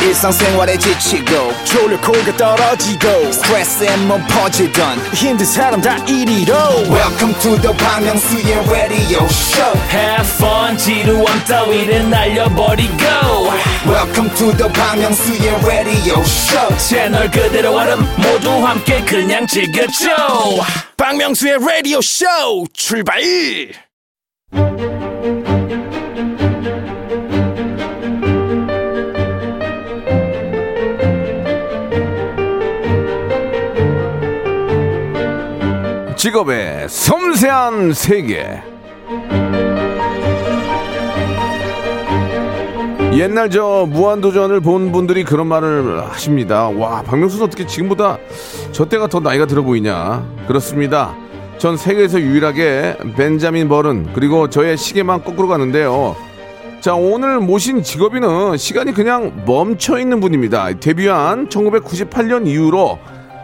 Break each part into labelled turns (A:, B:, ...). A: 일상생활에 지치고, 졸려 코가 떨어지고, 스트레스에 몸 퍼지던, 힘든 사람 다 이리로. welcome to the Bang Myung-soo's radio show
B: Have fun 지루함 따위를 날려버리고
A: welcome to the Bang Myung-soo's radio show
B: 채널 그대로 얼음 모두 함께 그냥 즐겨줘
A: 박명수의 라디오 쇼 출발!
C: 직업의 섬세한 세계. 옛날 저 무한도전을 본 분들이 그런 말을 하십니다. 와, 박명수는 어떻게 지금보다 저 때가 더 나이가 들어 보이냐. 그렇습니다. 전 세계에서 유일하게 벤자민 버른 그리고 저의 시계만 거꾸로 가는데요. 자, 오늘 모신 직업인은 시간이 그냥 멈춰 있는 분입니다. 데뷔한 1998년 이후로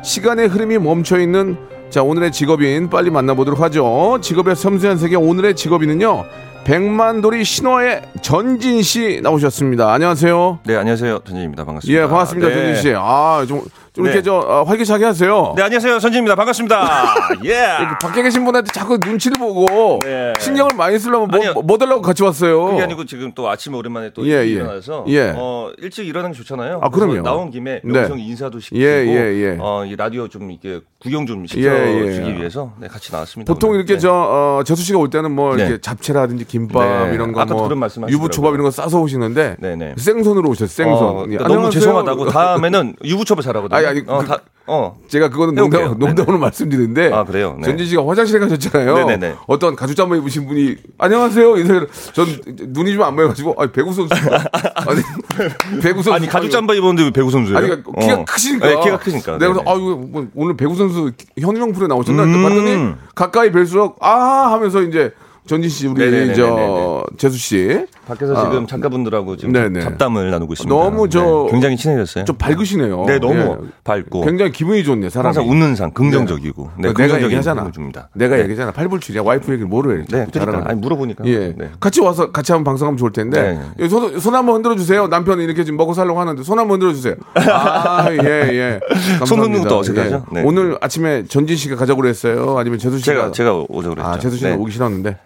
C: 시간의 흐름이 멈춰 있는 자, 오늘의 직업인 빨리 만나보도록 하죠. 직업의 섬세한 세계 오늘의 직업인은요. 백만돌이 신화의 전진 씨 나오셨습니다. 안녕하세요.
D: 네, 안녕하세요. 전진입니다. 반갑습니다.
C: 예, 반갑습니다.
D: 네.
C: 전진 씨. 아, 좀, 좀 이렇게
D: 네.
C: 저 어, 활기차게 하세요.
D: 네, 안녕하세요. 전진입니다. 반갑습니다. 예.
C: 이렇게 밖에 계신 분한테 자꾸 눈치를 보고
D: 네.
C: 신경을 많이 쓰려면 뭐,
D: 아니요.
C: 뭐, 뭐 달라고 같이 왔어요.
D: 그게 아니고 지금 또 아침에 오랜만에 또
C: 예,
D: 일찍
C: 예.
D: 일어나서
C: 예.
D: 어, 일찍 일어나는 게 좋잖아요.
C: 아, 그럼요.
D: 그래서 나온 김에
C: 네.
D: 명성 인사도 시키고
C: 예, 예, 예.
D: 어, 이 라디오 좀 이렇게 구경 좀 시켜
C: 예, 예.
D: 주기 위해서 네, 같이 나왔습니다.
C: 보통
D: 오늘.
C: 이렇게
D: 네.
C: 저 어, 재수 씨가 올 때는 뭐
D: 네.
C: 이렇게 잡채라든지 김밥
D: 네.
C: 이런 거,
D: 아까도
C: 뭐
D: 그런 말씀 하시더라고요.
C: 유부초밥 이런 거 싸서 오시는데
D: 네, 네.
C: 생선으로 오셨어요. 생선.
D: 어,
C: 예,
D: 그러니까 너무
C: 안녕하세요.
D: 죄송하다고 다음에는 유부초밥 잘하거든요.
C: 아니, 아니,
D: 어,
C: 그-
D: 다, 어.
C: 제가 그거는
D: 해볼게요. 네.
C: 농담, 농담으로 말씀드리는데
D: 아, 그래요? 네.
C: 전진 씨가 화장실에 가셨잖아요.
D: 네네네.
C: 어떤 가죽 잠바 입으신 분이 안녕하세요 인사를 전 눈이 좀 안 보여가지고 아니 배구 선수 그 아니 배구 선수
D: 아니 가죽 잠바 입었는데 왜 배구 선수예요?
C: 아니 그러니까 키가
D: 어.
C: 크시니까
D: 네, 키가 크시니까.
C: 내가 그래서
D: 네네.
C: 아유 뭐 오늘 배구 선수 현우형 프로에 나오셨나
D: 음.
C: 봤더니 가까이 뵐수록 아 하면서 이제 전진 씨 우리
D: 네네네네네.
C: 저 재수 씨
D: 밖에서 지금 작가분들하고 지금
C: 아. 네네.
D: 잡담을 나누고 있습니다.
C: 너무 저-
D: 네, 굉장히 친해졌어요.
C: 좀 밝으시네요.
D: 네, 너무
C: 예.
D: 밝고
C: 굉장히 기분이 좋네 사람이.
D: 항상 웃는 상 긍정적이고 네,
C: 내가
D: 긍정적인
C: 얘기하잖아.
D: 힘을 줍니다.
C: 내가
D: 네.
C: 얘기하잖아. 팔불출이야. 와이프 얘기를 뭐를 해.
D: 네,
C: 잘하는
D: 그러니까 아니 물어보니까
C: 예.
D: 네.
C: 같이 와서 같이 한번 방송하면 좋을 텐데.
D: 네.
C: 예, 손, 손 한번 흔들어 주세요. 남편이 이렇게 지금 먹고 살려고 하는데 손 한번 흔들어 주세요. 아, 예, 예. 감사합니다.
D: 손 흔드는 것도 어색하죠?
C: 예.
D: 네.
C: 오늘 아침에 전진 씨가 가자고 그랬어요. 아니면 재수 씨가
D: 제가 제가 오자고 그랬죠.
C: 아, 재수 씨는
D: 네.
C: 오기 싫었는데.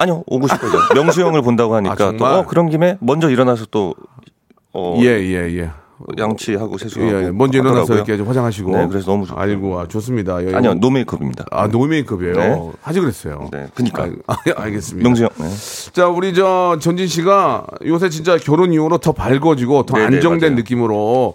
D: 아니요 오고 싶어요. 명수 형을 본다고 하니까
C: 아,
D: 또
C: 정말?
D: 어, 그런 김에 먼저 일어나서 또 어,
C: 예, 예, 예.
D: 양치하고
C: 예,
D: 세수하고
C: 예. 먼저 일어나서
D: 하더라고요.
C: 이렇게 좀 화장하시고.
D: 네, 그래서 너무 좋고.
C: 아이고, 아, 좋습니다. 예,
D: 아니요 노메이크업입니다.
C: 아, 노메이크업이에요.
D: 네.
C: 하지 그랬어요.
D: 네, 그니까
C: 아, 알겠습니다.
D: 명수 형 네.
C: 자, 우리 저 전진 씨가 요새 진짜 결혼 이후로 더 밝아지고 더
D: 네네,
C: 안정된
D: 맞아요.
C: 느낌으로
D: 느낌으로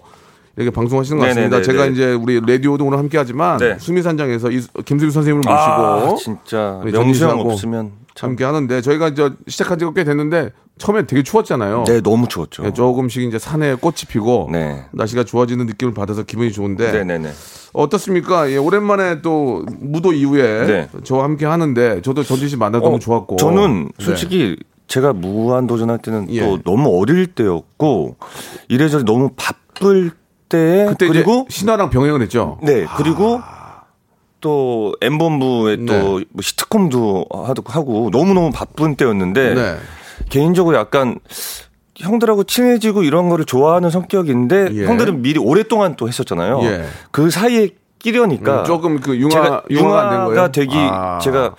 C: 이렇게 방송하시는 것 같습니다.
D: 네네네네.
C: 제가 이제 우리 라디오도 오늘 함께 하지만
D: 네.
C: 수미산장에서 이- 김수미 선생님을
D: 아
C: 모시고
D: 진짜
C: 우리
D: 명수 형
C: 어? 전진수하고
D: 없으면 참
C: 함께 하는데 저희가 이제 시작한 지가 꽤 됐는데 처음엔 되게 추웠잖아요.
D: 네, 너무 추웠죠.
C: 예, 조금씩 이제 산에 꽃이 피고
D: 네.
C: 날씨가 좋아지는 느낌을 받아서 기분이 좋은데
D: 네네네.
C: 어떻습니까? 예, 오랜만에 또 무도 이후에
D: 네.
C: 저와 함께 하는데 저도 전진 씨 만나 서 너무
D: 어,
C: 좋았고
D: 저는
C: 네.
D: 솔직히 제가 무한 도전할 때는
C: 예.
D: 또 너무 어릴 때였고 이래저래 너무 바쁠 때에
C: 네. 그때
D: 그리고
C: 이제 신화랑 병행을 했죠.
D: 네 그리고 또 엠본부에
C: 네.
D: 또뭐 시트콤도 하도- 하고 너무 너무 바쁜 때였는데
C: 네.
D: 개인적으로 약간 형들하고 친해지고 이런 거를 좋아하는 성격인데
C: 예.
D: 형들은 미리 오랫동안 또 했었잖아요.
C: 예.
D: 그 사이에 끼려니까
C: 음, 조금 그 융화
D: 그러니까 제가
C: 융화가 안 된 거예요.
D: 융화가 되기
C: 아. 음.
D: 제가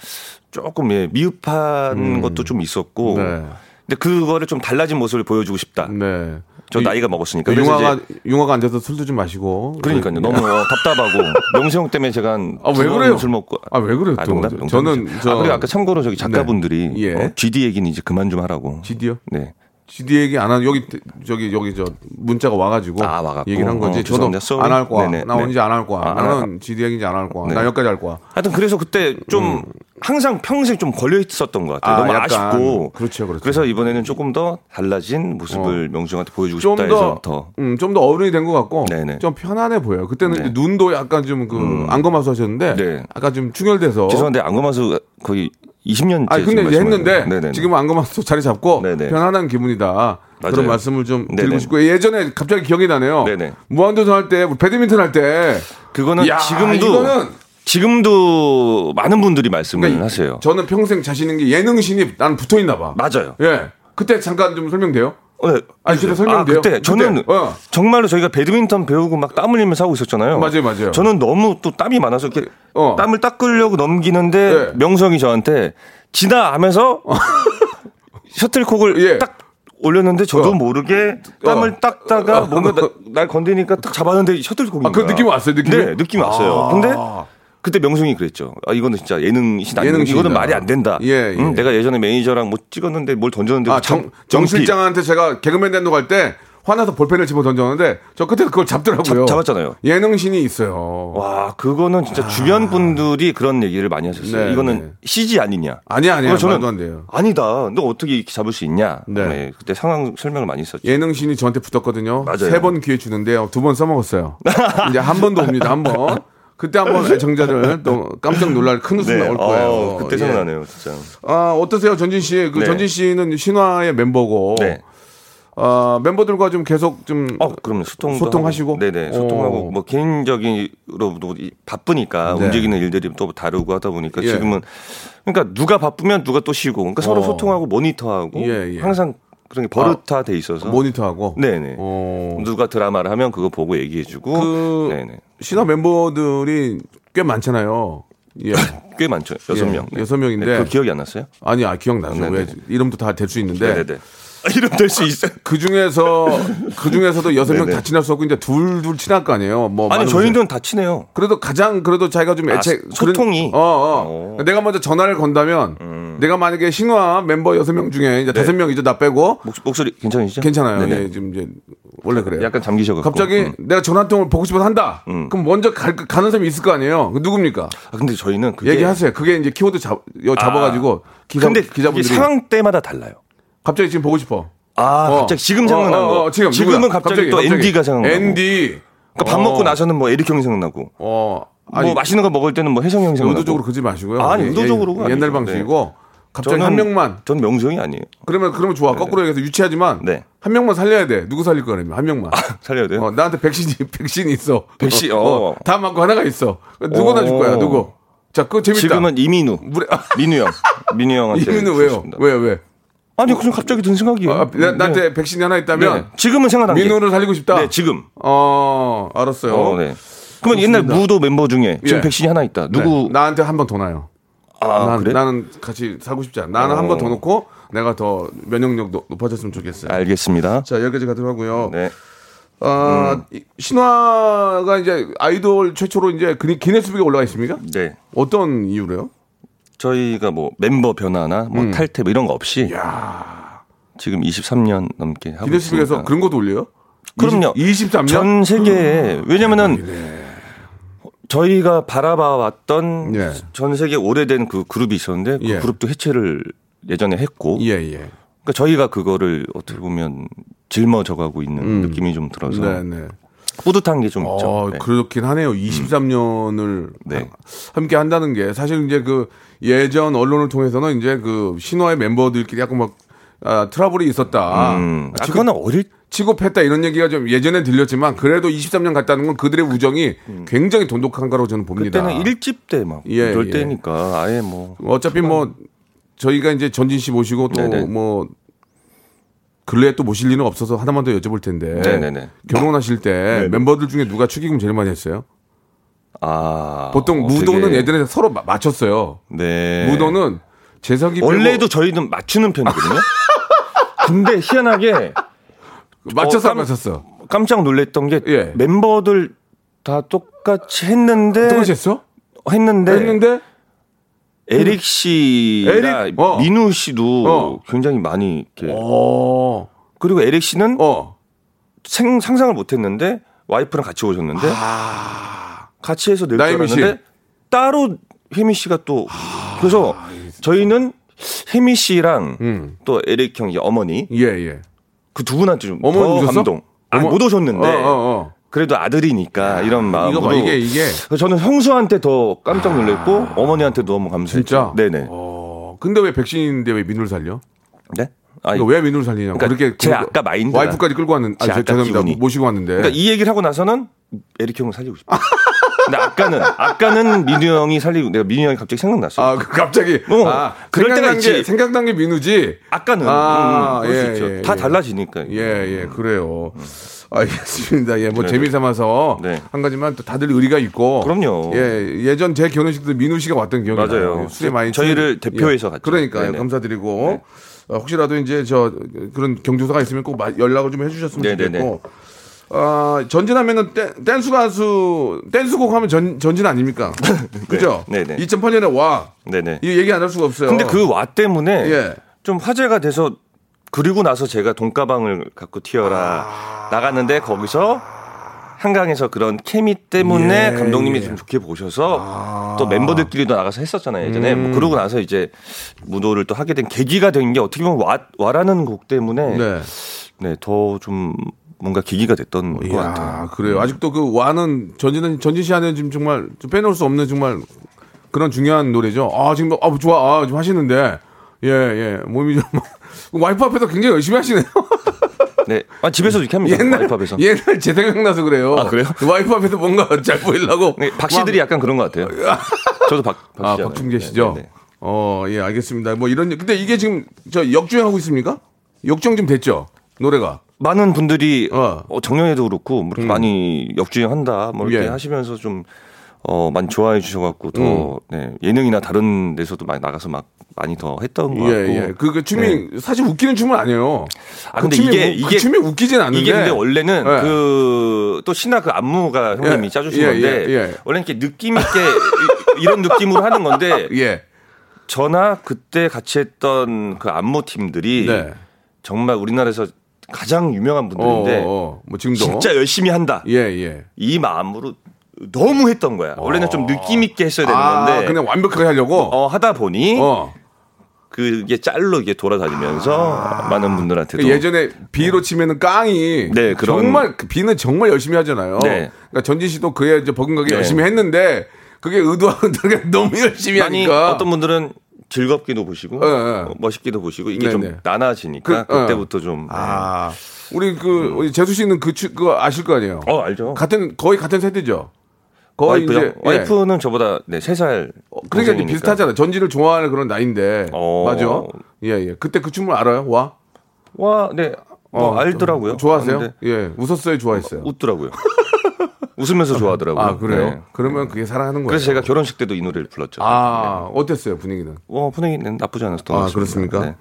D: 조금 예, 미흡한 것도 좀 있었고
C: 네.
D: 근데 그거를 좀 달라진 모습을 보여주고 싶다.
C: 네.
D: 저
C: 이-
D: 나이가 먹었으니까. 그래서
C: 융화가
D: 이제
C: 융화가 안 돼서 술도 좀 마시고.
D: 그러니까요. 너무 어, 답답하고 명수 형 때문에 제가
C: 아, 왜
D: 두 번은
C: 그래요?
D: 술 먹고
C: 아, 왜 그래요, 또?
D: 농담, 농담이죠.
C: 저는 저-
D: 아, 그리고 아까 참고로 저기 작가분들이
C: 네. 예.
D: 어, GD 얘기는 이제 그만 좀 하라고.
C: GD요?
D: 네.
C: GD 얘기 안 한 여기 저기 여기 저 문자가 와가지고
D: 아, 와갖고.
C: 얘기를 한 건지
D: 어,
C: 저도
D: 죄송합니다. Sorry.
C: 안 할 거야.
D: 네네,
C: 나
D: 네.
C: 언제 안 할 거야.
D: 아,
C: 나는 GD 얘기인지 안 할 거야.
D: 네.
C: 나 여기까지 할 거야.
D: 하여튼 그래서 그때 좀 항상 평생 좀 걸려 있었던 것
C: 음.
D: 같아요.
C: 아,
D: 너무
C: 약간.
D: 아쉽고.
C: 그렇죠, 그렇죠.
D: 래서 이번에는 조금 더 달라진 모습을 명수 형한테 보여주고 싶다
C: 좀
D: 해서
C: 더
D: 더.
C: 음, 좀 더 어른이 된 것 같고
D: 네네.
C: 좀 편안해 보여요. 그때는
D: 네. 음.
C: 이제 눈도 약간 좀그 안검하수 하셨는데
D: 네.
C: 아까 좀 충혈돼서
D: 죄송한데 안검하수 거의 20년째.
C: 어? 아 근데 이제 했는데 지금 안 가면서 자리 잡고
D: 네네.
C: 편안한 기분이다 그런
D: 맞아요.
C: 말씀을 좀 드리고
D: 네네.
C: 싶고 예전에 갑자기 기억이 나네요.
D: 네네.
C: 무한도전 할때 뭐 배드민턴 할 때
D: 그거는
C: 야,
D: 지금도
C: 이거는-
D: 지금도 많은 분들이 말씀을
C: 그러니까
D: 음, 하세요.
C: 저는 평생 자신 있는 게 예능신이 난 붙어 있나 봐.
D: 맞아요.
C: 예 그때 잠깐 좀 설명돼요.
D: 네.
C: 아니, 그때 설명돼요.
D: 아, 그때 저는
C: 그때, 어.
D: 정말로 저희가 배드민턴 배우고 막 땀 흘리면서 하고 있었잖아요.
C: 맞아요, 맞아요.
D: 저는 너무 또 땀이 많아서 이렇게
C: 어.
D: 땀을 닦으려고 넘기는데
C: 네. 어.
D: 명성이 저한테 지나하면서 셔틀콕을
C: 예.
D: 딱 올렸는데 저도
C: 어.
D: 모르게 땀을
C: 어.
D: 닦다가
C: 어.
D: 뭔가 나- 날 건드니까 딱 잡았는데 셔틀콕이
C: 아, 그 느낌 왔어요, 아. 느낌?
D: 네, 느낌 왔어요. 근데 그때 명성이 그랬죠. 아, 이거는 진짜 예능신 아니고
C: 예능신이다.
D: 이거는 말이 안 된다.
C: 예, 예.
D: 응, 내가 예전에 매니저랑 뭐 찍었는데 뭘 던졌는데
C: 아, 정, 정
D: 정필.
C: 실장한테 제가 개그맨 된다고 할때 화나서 볼펜을 집어 던졌는데 저 끝에 그걸 잡더라고요.
D: 잡- 잡았잖아요.
C: 예능신이 있어요.
D: 와, 그거는 진짜 주변 분들이 그런 얘기를 많이 하셨어요.
C: 아. 네,
D: 이거는
C: 네.
D: CG 아니냐?
C: 아니야, 아니야.
D: 그래서 저는
C: 말도 안 돼요.
D: 아니다. 너 어떻게 이렇게 잡을 수 있냐?
C: 네.
D: 네. 그때 상황 설명을 많이 했었죠.
C: 예능신이 저한테 붙었거든요.
D: 맞아요.
C: 세 번 기회 주는데요. 두 번 써먹었어요. 이제 한 번 더 옵니다. 한 번. 그때 한 번 애청자를 또 깜짝 놀랄 큰 웃음 나올 거예요.
D: 어, 그때
C: 예.
D: 생각나네요, 진짜.
C: 아, 어떠세요, 전진 씨? 그
D: 네.
C: 전진 씨는 신화의 멤버고,
D: 네.
C: 아, 멤버들과 좀 계속 좀
D: 어, 그럼 소통
C: 소통하시고?
D: 네네 소통하고
C: 어.
D: 뭐 개인적인으로도 이- 바쁘니까
C: 네.
D: 움직이는 일들이 또 다르고 하다 보니까
C: 예.
D: 지금은 그러니까 누가 바쁘면 누가 또 쉬고 그러니까 서로
C: 어.
D: 소통하고 모니터하고
C: 예, 예.
D: 항상 그런 게 버릇화 돼 있어서
C: 모니터하고.
D: 네네 음.
C: 어,
D: 누가 드라마를 하면 그거 보고 얘기해주고
C: 그-
D: 네네
C: 신화 멤버들이 꽤 많잖아요. 예.
D: 꽤 많죠 여섯
C: 예,
D: 명 네.
C: 여섯 명인데.
D: 그 기억이 안 났어요?
C: 아니, 아, 기억나죠.
D: 네네.
C: 왜 이름도 다 될 수 있는데.
D: 네네 아, 이름 될 수 있어요?
C: 그 중에서, 그 중에서도 여섯 명
D: 네네.
C: 다 친할 수 없고, 이제 둘, 둘 친할 거 아니에요. 뭐.
D: 아니
C: 많은
D: 저희는 다 친해요.
C: 그래도 가장 그래도 자기가 좀
D: 아,
C: 애착
D: 소- 소통이?
C: 그런, 어, 어.
D: 어. 음.
C: 내가 먼저 전화를 건다면 내가 만약에 신화 멤버 여섯 명 중에 이제 다섯 명이죠 나 빼고
D: 목, 목소리 괜찮으시죠?
C: 괜찮아요.
D: 네. 네네.
C: 예, 지금 이제 원래 그래요.
D: 약간 잠기셔가지고
C: 갑자기
D: 음.
C: 내가 전화 한 통을 보고 싶어서 한다. 그럼 먼저 갈, 가는 사람이 있을 거 아니에요. 그 누굽니까?
D: 아, 근데 저희는 그게
C: 얘기하세요. 그게 이제 키워드 잡, 여- 잡아가지고 기자,
D: 근데
C: 기자분들이
D: 이게 상황 때마다 달라요.
C: 갑자기 지금 보고 싶어.
D: 아,
C: 어.
D: 갑자기 지금 생각나는
C: 어, 어, 어,
D: 거.
C: 지금
D: 지금
C: 누구야?
D: 은 갑자기, 또 ND가 생각나고.
C: ND.
D: 그러니까 밥
C: 어.
D: 먹고 나서는 뭐 에릭 형이 생각나고.
C: 어. 아니,
D: 뭐 맛있는 거 먹을 때는 뭐 혜성 형이 생각나고.
C: 의도적으로 그러지 마시고요.
D: 아니,
C: 예, 예,
D: 의도적으로가
C: 옛날
D: 아니죠. 네.
C: 방식이고 갑자기 한 명만
D: 전 명성이 아니에요.
C: 그러면 그러면 좋아. 거꾸로 얘기해서 유치하지만
D: 네.
C: 한 명만 살려야 돼. 누구 살릴 거야, 그러면 한 명만.
D: 살려야 돼요.
C: 어, 나한테 백신이 백신 있어.
D: 백신, 어.
C: 다 맞고 하나가 있어. 누구나 줄 거야.
D: 어.
C: 누구? 자, 그거 재밌다.
D: 지금은 이민우.
C: 물에 아,
D: 민우 형. 민우 형한테.
C: 이유는 왜요?
D: 주겠습니다.
C: 왜 왜?
D: 아니, 그냥 갑자기 든 생각이에요.
C: 아, 나, 나한테
D: 네.
C: 백신이 하나
D: 네.
C: 있다면
D: 지금은 생각나는 게.
C: 민우를 살리고 싶다.
D: 네, 지금.
C: 어, 알았어요.
D: 어, 네. 그러면 옛날 무도 멤버 중에 지금
C: 예.
D: 백신이 하나 있다.
C: 네,
D: 누구?
C: 나한테 한 번 더 나요.
D: 아,
C: 난,
D: 그래?
C: 나는 같이 살고 싶지 않아. 나는 한 번 더
D: 어.
C: 놓고 내가 더 면역력 높- 높아졌으면 좋겠어요.
D: 알겠습니다.
C: 자, 여기까지 가도록 하고요.
D: 네. 음.
C: 아, 이- 신화가 이제 아이돌 최초로 이제 그니- 기네스북에 올라가 있습니까?
D: 네.
C: 어떤 이유로요?
D: 저희가 뭐 멤버 변화나 뭐
C: 음.
D: 탈퇴 뭐 이런 거 없이 지금 23년 넘게 하고
C: 기네스북에서
D: 있습니다.
C: 그런 것도 올려요?
D: 그럼요.
C: 20, 23년?
D: 전 세계에
C: 음.
D: 왜냐면은 저희가 바라봐왔던
C: 네. 예.
D: 전 세계 오래된 그 그룹이 있었는데 그
C: 예.
D: 그룹도 해체를 예전에 했고
C: 예, 예.
D: 그러니까 저희가 그거를 어떻게 보면 짊어져가고 있는 느낌이 좀 들어서
C: 음. 네, 네.
D: 뿌듯한 게 좀 있죠.
C: 어,
D: 네.
C: 그렇긴 하네요. 23년을
D: 네.
C: 함께 한다는 게 사실 이제 그 예전 언론을 통해서는 이제 그 신화의 멤버들끼리 약간 막 아, 트러블이 있었다.
D: 음, 아,
C: 아,
D: 그거는 어릴
C: 취급했다 이런 얘기가 좀 예전에 들렸지만 그래도 23년 갔다는 건 그들의 우정이 굉장히 돈독한 거라고 저는 봅니다.
D: 음. 그때는 일집 때 막
C: 예,
D: 이럴
C: 예.
D: 때니까 아예 뭐
C: 어차피 뭐 저희가 이제 전진 씨 모시고
D: 네네.
C: 또 뭐 근래에 또 모실 일은 없어서 하나만 더 여쭤볼 텐데
D: 네네네. 네.
C: 결혼하실 때 멤버들 중에 누가 축의금 제일 많이 했어요?
D: 아
C: 보통
D: 어,
C: 무도는
D: 되게-
C: 예전에 서로 마- 맞췄어요.
D: 네.
C: 무도는 재석이 빼고
D: 원래도 저희는 맞추는 편이거든요. 근데 희한하게
C: 맞췄어
D: 어,
C: 안 맞췄어?
D: 깜짝 놀랐던 게
C: 예.
D: 멤버들 다 똑같이 했는데
C: 똑같이 했어?
D: 했는데,
C: 했는데
D: 에릭 씨나
C: 에릭? 어.
D: 민우 씨도
C: 어.
D: 굉장히 많이 이렇게
C: 어.
D: 그리고 에릭 씨는
C: 어.
D: 생, 상상을 못 했는데 와이프랑 같이 오셨는데 같이 해서 낼줄
C: 아. 나혜미 씨. 아,
D: 알았는데 따로 혜미 씨가 또 그래서 저희는 혜미 씨랑
C: 예. 음.
D: 또 에릭 형이 어머니
C: 예, 예.
D: 그 두 분한테 좀
C: 어머니
D: 더
C: 오셨어?
D: 감동. 아,
C: 어머-
D: 못 오셨는데
C: 어, 어, 어.
D: 그래도 아들이니까 이런 마음으로.
C: 이거 봐 이게 이게
D: 그래서 저는 형수한테 더 깜짝 놀랐고 어머니한테 너무 감사했죠.
C: 진짜?
D: 네네.
C: 어, 근데 왜 백신인데 왜 민우를 살려?
D: 네? 아니,
C: 그러니까 왜 민우를 살리냐고
D: 그러니까
C: 그렇게
D: 제
C: 그-
D: 아까 마인드가-
C: 와이프까지 끌고 왔는 아
D: 제
C: 저-
D: 아까
C: 죄송합니다
D: 그러니까 기분이.
C: 모시고 왔는데
D: 그러니까 이 얘기를 하고 나서는 에릭 형을 살리고 싶어. 근데 아까는 아까는 민우 형이 살리고 내가 민우 형이 갑자기 생각났어.
C: 아, 그 갑자기.
D: 어,
C: 아,
D: 그럴 때가
C: 생각난 게,
D: 있지.
C: 생각난 게 민우지.
D: 아까는
C: 아,
D: 음, 음, 그럴 수
C: 예,
D: 있죠.
C: 예,
D: 다
C: 예.
D: 달라지니까.
C: 예, 예, 그래요. 알겠습니다. 예, 뭐
D: 음. 네.
C: 재미 삼아서
D: 네.
C: 한 가지만 또 다들 의리가 있고.
D: 그럼요.
C: 예, 예전 제 결혼식도 민우 씨가 왔던 기억이
D: 맞아요.
C: 나요. 술에 많이
D: 저희를
C: 취해-
D: 대표해서 갔죠.
C: 그러니까요.
D: 네네.
C: 감사드리고. 어, 혹시라도 이제 저 그런 경조사가 있으면 꼭 마- 연락을 좀 해주셨으면
D: 네네네.
C: 좋겠고. 아, 전진하면은 댄, 댄스 가수, 댄스곡 하면 전, 전진 아닙니까? 그죠?
D: 네. 네네.
C: 2008년에 와.
D: 네네.
C: 이 얘기 안 할 수가 없어요.
D: 근데 그 와 때문에
C: 예.
D: 좀 화제가 돼서 그리고 나서 제가 돈가방을 갖고 튀어라
C: 아.
D: 나갔는데 거기서 한강에서 그런 케미 때문에
C: 예,
D: 감독님이
C: 예. 아.
D: 좀 좋게 보셔서 또 멤버들끼리도 나가서 했었잖아요 예전에
C: 음.
D: 뭐 그러고 나서 이제 무도를 또 하게 된 계기가 된 게 어떻게 보면 와, 와라는 곡 때문에
C: 네.
D: 네더 좀 뭔가 계기가 됐던 것
C: 이야,
D: 같아요
C: 그래요. 아직도 그 와는 전진은 전진 씨한테 지금 정말 좀 빼놓을 수 없는 정말 그런 중요한 노래죠. 아 지금 아 좋아 아, 좀 하시는데 예 예. 몸이 좀 뭐, 와이프 앞에서 굉장히 열심히 하시네요.
D: 네 아, 집에서 이렇게 합니다
C: 옛날
D: 와이프 앞에서
C: 옛날 제 생각나서 그래요.
D: 아, 그래요?
C: 와이프 앞에서 뭔가 잘 보이려고.
D: 네, 박씨들이 약간 그런 것 같아요 저도 박, 박씨 네,
C: 아 박중재 씨죠. 어 예 알겠습니다. 뭐 이런 근데 이게 지금 저 역주행하고 있습니까? 역주행 좀 됐죠 노래가.
D: 많은 분들이
C: 어. 음.
D: 어. 작년에도 그렇고 뭐 이렇게 많이 역주행한다 뭐 이렇게
C: 예.
D: 하시면서 좀 어, 많이 좋아해 주셔갖고
C: 음.
D: 더 네, 예능이나 다른 데서도 많이 나가서 막 많이 더 했던 것 같고
C: 예예. 그, 그 춤이 사실 웃기는 춤은 아니에요.
D: 네. 아, 근데
C: 그 춤이
D: 이게-
C: 우- 그
D: 이게-
C: 춤이 웃기진 않은데.
D: 이게 근데 원래는
C: 예.
D: 그 또 신화 그 안무가 형님이
C: 예.
D: 짜주신
C: 예,
D: 건데
C: 예, 예.
D: 원래 이렇게 느낌 있게 이- 이런 느낌으로 하는 건데
C: 예.
D: 저나 그때 같이 했던 그 안무 팀들이
C: 네.
D: 정말 우리나라에서 가장 유명한 분들인데
C: 어, 어, 뭐 지금도
D: 진짜 열심히 한다
C: 예, 예.
D: 이 마음으로 너무 했던 거야. 원래는 좀 느낌 있게 했어야 되는
C: 아,
D: 건데
C: 그냥 완벽하게 하려고.
D: 어, 하다 보니
C: 어.
D: 그게 짤로 이게 돌아다니면서 많은 분들한테도
C: 그러니까 예전에 비로 치면은 깡이
D: 네, 그런-
C: 정말 그 비는 정말 열심히 하잖아요.
D: 네.
C: 그러니까 전진 씨도 그에 이제 버금가게
D: 네.
C: 열심히 했는데 그게 의도하고 너무 열심히
D: 많이
C: 하니까
D: 어떤 분들은 즐겁기도 보시고
C: 예, 예.
D: 어, 멋있기도 보시고 이게
C: 네,
D: 좀
C: 네.
D: 나눠지니까
C: 그, 어.
D: 그, 때부터좀
C: 아. 우리 그 우리 재수 씨는 그 추- 그거 아실 거 아니에요.
D: 어, 알죠.
C: 같은 거의 같은 세대죠. 거의
D: 와이프요?
C: 이제 예.
D: 와이프는 저보다 네, 3살
C: 어, 그러니까 이제 비슷하잖아. 전지를 좋아하는 그런 나이인데.
D: 어.
C: 맞아. 예, 예. 그때 그 춤을 알아요? 와.
D: 와, 네. 뭐
C: 어,
D: 알더라고요.
C: 좋아하세요?
D: 근데
C: 예. 웃었어요, 좋아했어요.
D: 웃더라고요. 웃으면서 좋아하더라고요.
C: 아, 그래요?
D: 네.
C: 그러면 그게 사랑하는 거예요.
D: 그래서 제가 결혼식 때도 이 노래를 불렀죠.
C: 아, 어땠어요, 분위기는?
D: 어, 분위기는 나쁘지 않았던 것
C: 아,
D: 같습니다.
C: 그렇습니까?
D: 네.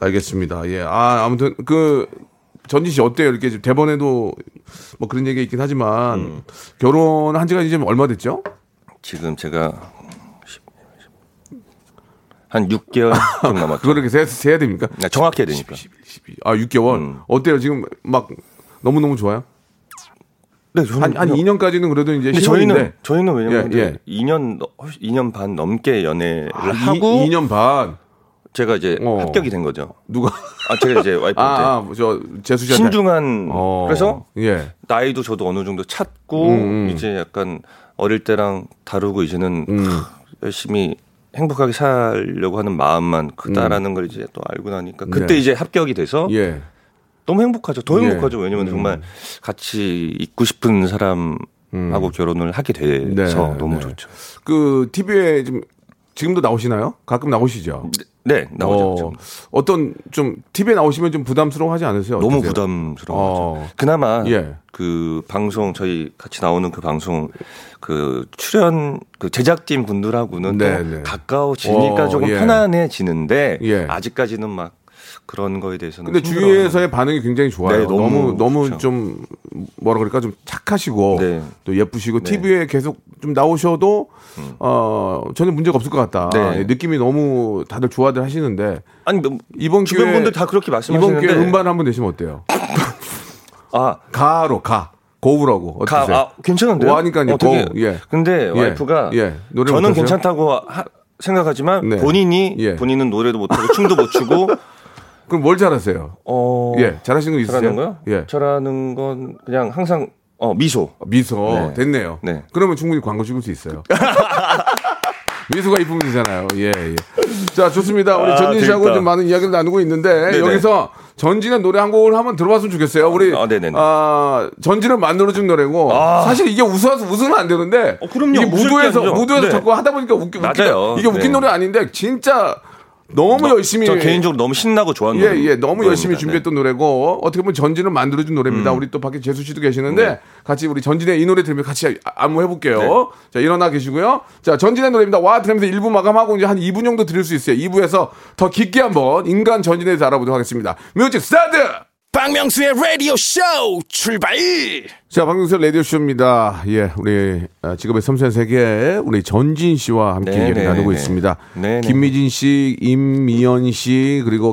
C: 알겠습니다. 예. 아, 아무튼 그 전지 씨 어때요? 이렇게 지금 대본에도 뭐 그런 얘기 있긴 하지만 결혼한 지가 이제 얼마 됐죠?
D: 지금 제가 한 6개월 좀 남았죠.
C: 그거를 이렇게 세, 세야 됩니까?
D: 네, 정확해야 되니까.
C: 12. 아, 6개월.
D: 음.
C: 어때요? 지금 막 너무너무 좋아요?
D: 네, 저는
C: 한, 한 2년까지는 그래도 이제
D: 근데
C: 신혼인데.
D: 저희는 저희는 왜냐면
C: 예, 예.
D: 2년 2년 반 넘게 연애를
C: 이-
D: 아, 하고
C: 2년 반
D: 제가 이제
C: 어.
D: 합격이 된 거죠.
C: 누가
D: 아, 제가 이제 와이프한테
C: 아저 재수 씨한테
D: 신중한
C: 어,
D: 그래서
C: 예
D: 나이도 저도 어느 정도 찾고
C: 음,
D: 이제 약간 어릴 때랑 다르고 이제는 하, 열심히 행복하게 살려고 하는 마음만 크다라는 걸 이제 또 알고 나니까 그때
C: 네.
D: 이제 합격이 돼서
C: 예.
D: 너무 행복하죠. 더
C: 예.
D: 행복하죠. 왜냐면 정말 같이 있고 싶은 사람하고 결혼을 하게 돼서
C: 음. 네,
D: 너무
C: 네.
D: 좋죠.
C: 그 TV에 지금 지금도 나오시나요? 가끔 나오시죠.
D: 네, 나오죠.
C: 어,
D: 좀.
C: 어떤 좀 TV에 나오시면 좀 부담스러워하지 않으세요?
D: 너무
C: 어떠세요?
D: 부담스러워죠.
C: 어.
D: 그나마
C: 예.
D: 그 방송 저희 같이 나오는 그 방송 그 출연 그 제작진 분들하고는
C: 네,
D: 또
C: 네.
D: 가까워지니까
C: 어,
D: 조금
C: 예.
D: 편안해지는데
C: 예.
D: 아직까지는 막 그런 거에 대해서는
C: 근데
D: 힘들어하는
C: 주위에서의 반응이 굉장히 좋아요.
D: 네,
C: 너무
D: 너무
C: 너무
D: 좋죠.
C: 좀 뭐라 그럴까 좀 착하시고
D: 네.
C: 또 예쁘시고
D: 네. 음.
C: TV에 계속 좀 나오셔도 어 전혀 문제가 없을 것 같다.
D: 네.
C: 예, 느낌이 너무 다들 좋아들 하시는데
D: 아니 뭐
C: 이번
D: 주변
C: 기회에-
D: 분들 다 그렇게
C: 이번
D: 말씀하시는데
C: 기회 음반 한번 내시면 어때요?
D: 아
C: 가로 가 고우라고
D: 가,
C: 어떠세요?
D: 아, 괜찮은데요?
C: 어, 하니까요.
D: 어, 되게-
C: 고, 예.
D: 근데
C: 예,
D: 와이프가
C: 예. 노래
D: 저는
C: 못하세요?
D: 괜찮다고 하- 생각하지만
C: 네.
D: 본인이
C: 예.
D: 본인은 노래도 못하고 춤도 못 추고
C: 그럼 뭘 잘하세요?
D: 어,
C: 예, 잘하시는 거 있으세요?
D: 잘하는 거요?
C: 예.
D: 잘하는 건 그냥 항상 어, 미소.
C: 미소
D: 네.
C: 됐네요.
D: 네.
C: 그러면 충분히 광고 찍을 수 있어요. 미소가 이쁘면 되잖아요. 예, 예. 자, 좋습니다. 우리
D: 아,
C: 전진 씨하고
D: 재밌다.
C: 좀 많은 이야기를 나누고 있는데
D: 네네.
C: 여기서 전진의 노래 한 곡을 한번 들어봤으면 좋겠어요. 우리
D: 아,
C: 아,
D: 네네네.
C: 전진은 만들어준 노래고
D: 아.
C: 사실 이게 웃어서 웃으면 안 되는데
D: 어, 그럼요.
C: 이게
D: 웃을 게
C: 무도에서
D: 아니죠.
C: 무도에서
D: 네.
C: 자꾸 하다 보니까 웃기
D: 맞아요.
C: 웃기다. 이게 웃긴
D: 네.
C: 노래 아닌데 진짜 너무 열심히
D: 저 개인적으로 너무 신나고 좋아하는
C: 예,
D: 노래입니다. 음.
C: 예. 너무 열심히
D: 네.
C: 준비했던 노래고 어떻게 보면 전진을 만들어준 노래입니다. 우리 또 밖에 재수 씨도 계시는데 같이 우리 전진의 이 노래 들으면 같이 아- 안무 해볼게요.
D: 네.
C: 자 일어나 계시고요. 자 전진의 노래입니다. 와 들으면서 1부 마감하고 이제 한 2분 정도 들을 수 있어요. 2부에서 더 깊게 한번 인간 전진에 대해서 알아보도록 하겠습니다. 뮤직 스타트.
E: 박명수의 라디오 쇼 출발.
C: 자 방금서 라디오 쇼입니다. 예, 우리 아, 직업의 섬세한 세계 우리 전진 씨와 함께
D: 네,
C: 이야기
D: 네,
C: 나누고
D: 네, 네.
C: 있습니다.
D: 네, 네.
C: 김미진 씨, 임미연 씨, 그리고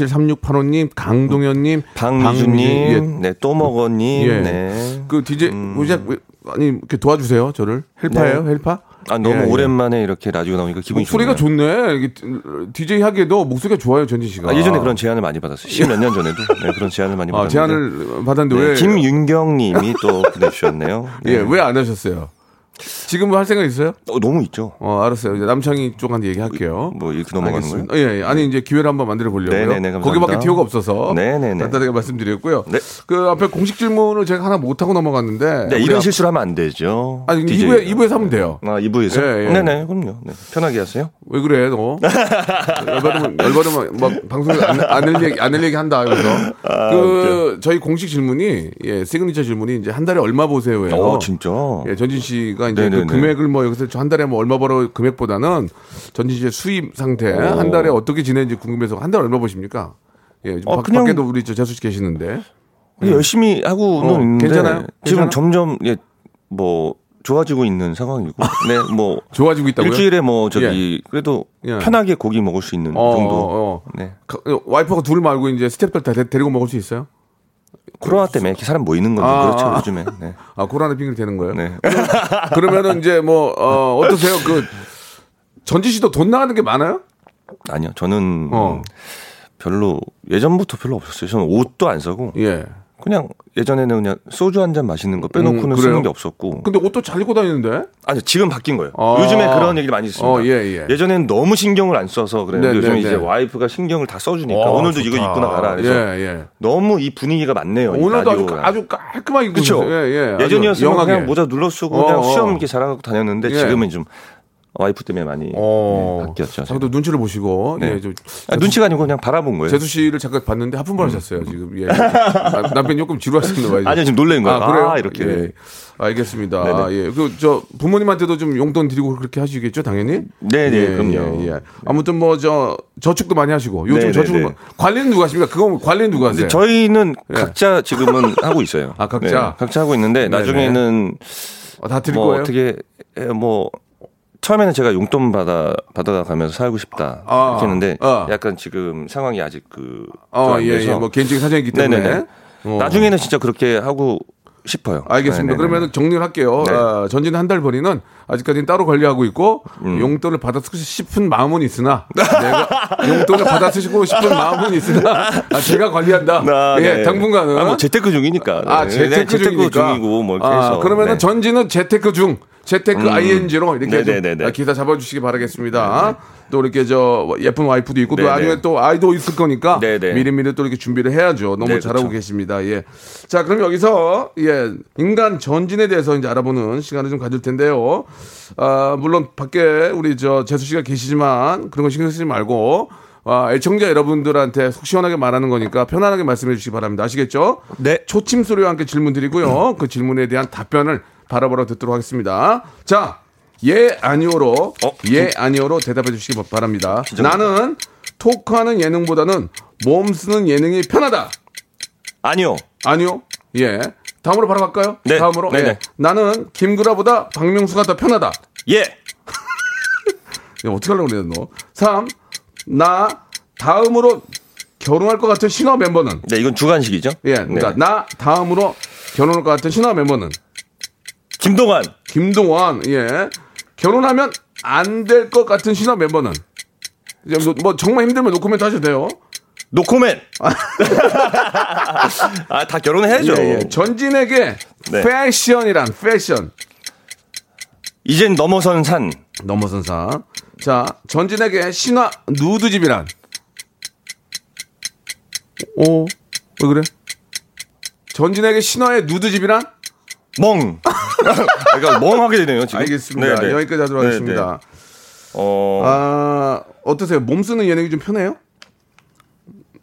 C: K78773685님, 강동현님,
D: 네. 박미주님,
C: 박미주- 예,
D: 네, 또 먹어님,
C: 예.
D: 네.
C: 그 DJ 뭐지? 왜- 아니 이렇게 도와주세요 저를 헬파예요 헬파?
D: 아 너무
C: 예, 예.
D: 오랜만에 이렇게 라디오 나오니까 기분이
C: 목소리가
D: 좋네요.
C: 좋네. 이게 DJ 하기에도 목소리가 좋아요 전진 씨가.
D: 아, 예전에 그런 제안을 많이 받았어요. 십몇 년 전에도 네, 그런 제안을 많이
C: 아,
D: 받았는데.
C: 제안을 받았는데
D: 네,
C: 왜?
D: 김윤경님이 또 보내주셨네요. 네.
C: 예, 왜 안 하셨어요? 지금 뭐 할 생각 있어요?
D: 어, 너무 있죠.
C: 어, 알았어요. 이제 남창희 쪽한테 얘기할게요.
D: 뭐 이렇게 넘어가는 거예요?
C: 알겠습니다. 예, 예. 아니 이제 기회를 한번 만들어 보려고요.
D: 네네네, 감사합니다.
C: 거기밖에 티오가 없어서
D: 네네네.
C: 간단하게 말씀드렸고요.
D: 네.
C: 그 앞에 공식 질문을 제가 하나 못 하고 넘어갔는데.
D: 네,
C: 아, 우리
D: 이런
C: 앞-
D: 실수를 하면 안 되죠.
C: 아니
D: DJ 가.
C: 2부에 2부에서 하면 돼요.
D: 아, 2부에서?
C: 예, 예.
D: 네네, 그럼요. 네. 편하게 하세요.
C: 왜 그래 너 열받으면 열받으면 막 방송을 안을 얘기 안을 얘기 한다 그래서
D: 아,
C: 그 저희 공식 질문이 예 시그니처 질문이 이제 한 달에 얼마 보세요예요.
D: 어, 진짜.
C: 예 전진 씨가 이제 그
D: 네네네.
C: 금액을 뭐 여기서 저 한 달에 뭐 얼마 벌어 금액보다는 전진 씨의 수입 상태 한 달에 어떻게 지내는지 궁금해서 한 달에 얼마 보십니까? 예
D: 어,
C: 밖-
D: 그냥-
C: 밖에도 우리 저 재수 씨 계시는데
D: 근데 열심히
C: 네.
D: 하고는
C: 어,
D: 있는데
C: 괜찮아요? 괜찮아?
D: 지금 점점 예, 뭐 좋아지고 있는 상황이고. 네, 뭐
C: 좋아지고 있다고요?
D: 일주일에 뭐 저기 그래도
C: 예.
D: 편하게 고기 먹을 수 있는
C: 어,
D: 정도.
C: 어, 어.
D: 네.
C: 가- 와이프가 둘 말고 이제 스태프들 다 데- 데리고 먹을 수 있어요?
D: 코로나 때문에 이렇게 사람 모이는 건데
C: 아,
D: 그렇죠
C: 아.
D: 요즘에. 네.
C: 아 코로나 핑계를 대는 거예요?
D: 네.
C: 그러면은 이제 뭐 어, 어떠세요? 그 전지 씨도 돈 나가는 게 많아요?
D: 아니요, 저는
C: 어.
D: 별로 예전부터 별로 없었어요. 저는 옷도 안 사고
C: 예.
D: 그냥 예전에는 그냥 소주 한 잔 마시는 거 빼놓고는
C: 음, 그래요?
D: 쓰는 게 없었고.
C: 근데 옷도 잘 입고 다니는데.
D: 아니 지금 바뀐 거예요.
C: 아.
D: 요즘에 그런 얘기를 많이 있습니다.
C: 어, 예, 예.
D: 전에는 너무 신경을 안 써서 그랬는데
C: 네,
D: 요즘
C: 네,
D: 이제
C: 네.
D: 와이프가 신경을 다 써주니까
C: 어,
D: 오늘도
C: 좋다.
D: 이거 입고 나가라. 아, 그래서
C: 예, 예.
D: 너무 이 분위기가 맞네요. 이
C: 오늘도 아주,
D: 라디오랑.
C: 아주 깔끔하게 입고
D: 그렇죠.
C: 오셨어요. 예, 예.
D: 전이었으면
C: 아주
D: 그냥 모자 눌러 쓰고
C: 어,
D: 그냥
C: 어.
D: 수염 이렇게 자라고 다녔는데
C: 예.
D: 지금은 좀 와이프 때문에 많이
C: 어.
D: 네, 바뀌었죠.
C: 자꾸 또 눈치를 보시고
D: 네.
C: 예, 좀
D: 아, 눈치가 아니고 그냥 바라본 거예요.
C: 재수 씨를 잠깐 봤는데 하품 받으셨어요 지금. 예. 아, 남편이 조금 지루하시는 거예요.
D: 음. 아니요, 지금 놀란 거예요.
C: 그래요?
D: 아, 이렇게. 네,
C: 예. 알겠습니다. 아, 예. 그 저 부모님한테도 좀 용돈 드리고 그렇게 하시겠죠, 당연히.
D: 네, 네,
C: 예,
D: 그럼요.
C: 예, 예. 아무튼 뭐 저 저축도 많이 하시고 요즘
D: 네, 네,
C: 저축은
D: 네.
C: 뭐- 관리는 누가 하십니까? 그거 관리는 누가 하세요?
D: 근데 저희는 각자 지금은 하고 있어요.
C: 네. 예.
D: 네,
C: 아, 각자?
D: 각자 하고 있는데
C: 네네.
D: 나중에는
C: 어, 다 드릴
D: 뭐
C: 거예요.
D: 어떻게 해, 뭐 처음에는 제가 용돈 받아 받아가면서 살고 싶다
C: 아,
D: 이렇게 했는데
C: 아.
D: 약간 지금 상황이 아직 그
C: 어,
D: 안
C: 예,
D: 돼서.
C: 예. 뭐 개인적인 사정이기 때문에.
D: 네네네.
C: 어.
D: 나중에는 진짜 그렇게 하고 싶어요.
C: 알겠습니다.
D: 네네네.
C: 그러면 정리를 할게요.
D: 네.
C: 아, 전진 한 달 벌이는 아직까지는 따로 관리하고 있고
D: 음.
C: 용돈을 받아 쓰고 싶은 마음은 있으나 내가 용돈을 받아 쓰시고 싶은 마음은 있으나 아, 제가 관리한다.
D: 아,
C: 예,
D: 네.
C: 당분간은
D: 아, 뭐 재테크 중이니까.
C: 아,
D: 네.
C: 재테크,
D: 재테크
C: 중이니까.
D: 중이고 뭐 이렇게
C: 아,
D: 해서.
C: 그러면은
D: 네. 음.
C: 전지는 재테크 중, 재테크 ING로 이렇게 좀
D: 네네네네. 네,
C: 아, 기사 잡아주시기 바라겠습니다. 또 이렇게 저 예쁜 와이프도 있고 또
D: 네네.
C: 나중에 또 아이도 있을 거니까
D: 네네.
C: 미리미리 또 이렇게 준비를 해야죠. 너무
D: 네,
C: 잘하고
D: 그렇죠.
C: 계십니다. 예. 자, 그럼 여기서 예 인간 전진에 대해서 이제 알아보는 시간을 좀 가질 텐데요. 아, 물론 밖에 우리 저 재수 씨가 계시지만 그런 거 신경 쓰지 말고. 아, 애청자 여러분들한테 속 시원하게 말하는 거니까 편안하게 말씀해 주시기 바랍니다. 아시겠죠?
D: 네.
C: 초침 소리와 함께 질문 드리고요. 그 질문에 대한 답변을 바라바라 듣도록 하겠습니다. 자, 예 아니오로
D: 어?
C: 예 아니오로 대답해 주시기 바랍니다.
D: 긴장된다.
C: 나는 토크하는 예능보다는 몸 쓰는 예능이 편하다.
D: 아니요.
C: 아니요. 예. 다음으로 바로 갈까요?
D: 네.
C: 다음으로.
D: 네네.
C: 예. 나는 김구라보다 박명수가 더 편하다.
D: 예.
C: 야, 어떻게 하려고 그래 너? 3. 나 다음으로 결혼할 것 같은 신화 멤버는
D: 네, 이건 주관식이죠.
C: 예. 그러니까
D: 네.
C: 나 다음으로 결혼할 것 같은 신화 멤버는
D: 김동완.
C: 김동완 예 결혼하면 안 될 것 같은 신화 멤버는 이제 뭐, 뭐 정말 힘들면 노코멘트 하셔도 돼요.
D: 노코멘. 아, 다 결혼해야죠.
C: 예, 예. 전진에게
D: 네.
C: 패션이란 패션
D: 이젠 넘어선 산.
C: 넘어선 사. 자, 전진에게 신화 누드집이란. 오, 어? 왜 그래? 전진에게 신화의 누드집이란?
D: 멍. 그러니까 멍하게 되네요 지금.
C: 알겠습니다.
D: 네네.
C: 여기까지 하도록
D: 네네.
C: 하겠습니다.
D: 어
C: 아, 어떠세요? 몸 쓰는 예능이 좀 편해요?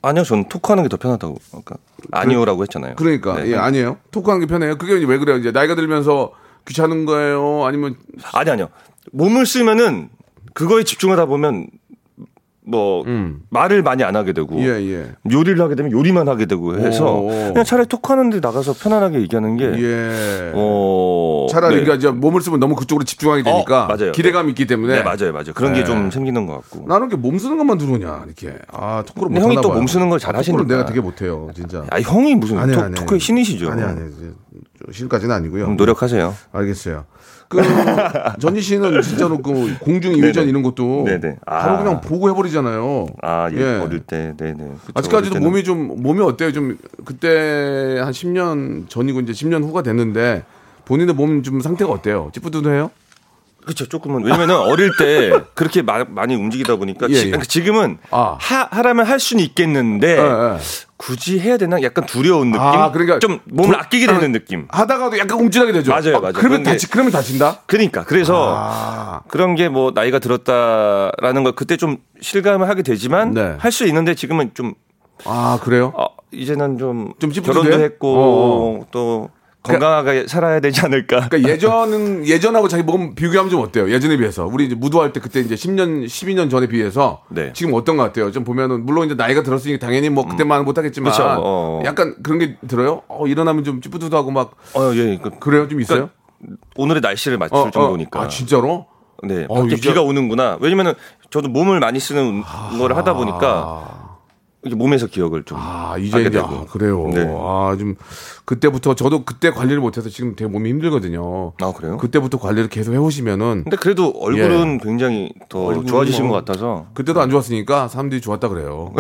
D: 아니요, 저는 토크하는 게 더 편하다고. 그러니까 아까 아니요라고 했잖아요.
C: 그러니까
D: 네.
C: 예 아니에요. 토크하는 게 편해요. 그게 이제 왜 그래요? 이제 나이가 들면서 귀찮은 거예요? 아니면
D: 아니 아니요. 몸을 쓰면은 그거에 집중하다 보면 뭐 말을 많이 안 하게 되고
C: 음. 예 예.
D: 요리를 하게 되면 요리만 하게 되고 해서
C: 오.
D: 그냥 차라리 토크하는데 나가서 편안하게 얘기하는 게
C: 예.
D: 어,
C: 차라리
D: 네.
C: 그러니까 이제 몸을 쓰면 너무 그쪽으로 집중하게 되니까
D: 어, 맞아요.
C: 기대감이 있기 때문에
D: 네, 맞아요, 맞아요. 그런
C: 네.
D: 게 좀 생기는 것 같고.
C: 나는 이렇게 몸 쓰는 것만 들어오냐 이렇게 아 토크를 못
D: 근데 형이
C: 하나
D: 또
C: 봐요.
D: 몸 쓰는 걸잘
C: 아, 토크를
D: 하시니까.
C: 내가 되게 못해요 진짜
D: 아, 형이 무슨
C: 아니에요,
D: 토,
C: 아니에요.
D: 크의 신이시죠. 음,
C: 아니 아니 이제 실까지는 아니고요
D: 그럼 노력하세요.
C: 알겠어요 그 전희 씨는 진짜로 그 공중 이회전
D: 네네.
C: 이런 것도
D: 네네. 아.
C: 바로 그냥 보고 해버리잖아요
D: 아, 예,
C: 예.
D: 어릴 때, 네네. 그쵸, 어릴
C: 아직까지도
D: 때는.
C: 몸이 좀 몸이 어때요 좀 그때 한 10년 전이고 이제 10년 후가 됐는데 본인의 몸 좀 상태가 어때요 찌뿌드드해요
D: 그렇죠, 조금은. 왜냐면은 어릴 때 그렇게 마- 많이 움직이다 보니까
C: 예,
D: 지,
C: 예.
D: 그러니까 지금은
C: 아.
D: 하, 하라면 할 수는 있겠는데
C: 예, 예.
D: 굳이 해야 되나? 약간 두려운 느낌?
C: 아, 그러니까
D: 좀 몸을
C: 도-
D: 아끼게
C: 아.
D: 되는 느낌.
C: 하다가도 약간 움찔하게 되죠
D: 맞아요,
C: 어,
D: 맞아요.
C: 그러면
D: 그런 게-
C: 다치 그러면 다친다
D: 그러니까 그래서
C: 아.
D: 그런 게 뭐 나이가 들었다라는 걸 그때 좀 실감을 하게 되지만
C: 네.
D: 할 수 있는데 지금은 좀
C: 아 그래요?
D: 아, 이제는 좀,
C: 좀 찝찝해도
D: 결혼도
C: 돼?
D: 했고 또 건강하게 살아야 되지 않을까.
C: 그러니까 예전은 예전하고 자기 몸 비교하면 좀 어때요? 예전에 비해서 우리 이제 무도할 때 그때 이제 10년 12년 전에 비해서
D: 네.
C: 지금 어떤 것 같아요? 좀 보면은 물론 이제 나이가 들었으니 당연히 뭐 그때만 못하겠지만
D: 음. 그쵸, 어.
C: 약간 그런 게 들어요? 어 일어나면 좀 찌뿌드하고 막
D: 어, 예. 그,
C: 그래요? 좀 있어요?
D: 오늘의 날씨를 맞출
C: 어, 어.
D: 그러니까 정도니까.
C: 아 진짜로?
D: 네.
C: 어,
D: 밖에
C: 이제-
D: 비가 오는구나. 왜냐면은 저도 몸을 많이 쓰는 걸 하다 보니까 이게 몸에서 기억을 좀
C: 아 이제
D: 하게
C: 이제
D: 되고.
C: 아, 그래요.
D: 네.
C: 아 좀 그때부터 저도 그때 관리를 못해서 지금 되게 몸이 힘들거든요.
D: 아, 그래요?
C: 그때부터 관리를 계속 해오시면은
D: 근데 그래도 얼굴은 굉장히 더
C: 얼굴은
D: 좋아지신
C: 뭐-
D: 것 같아서.
C: 그때도 안 좋았으니까 사람들이 좋았다 그래요.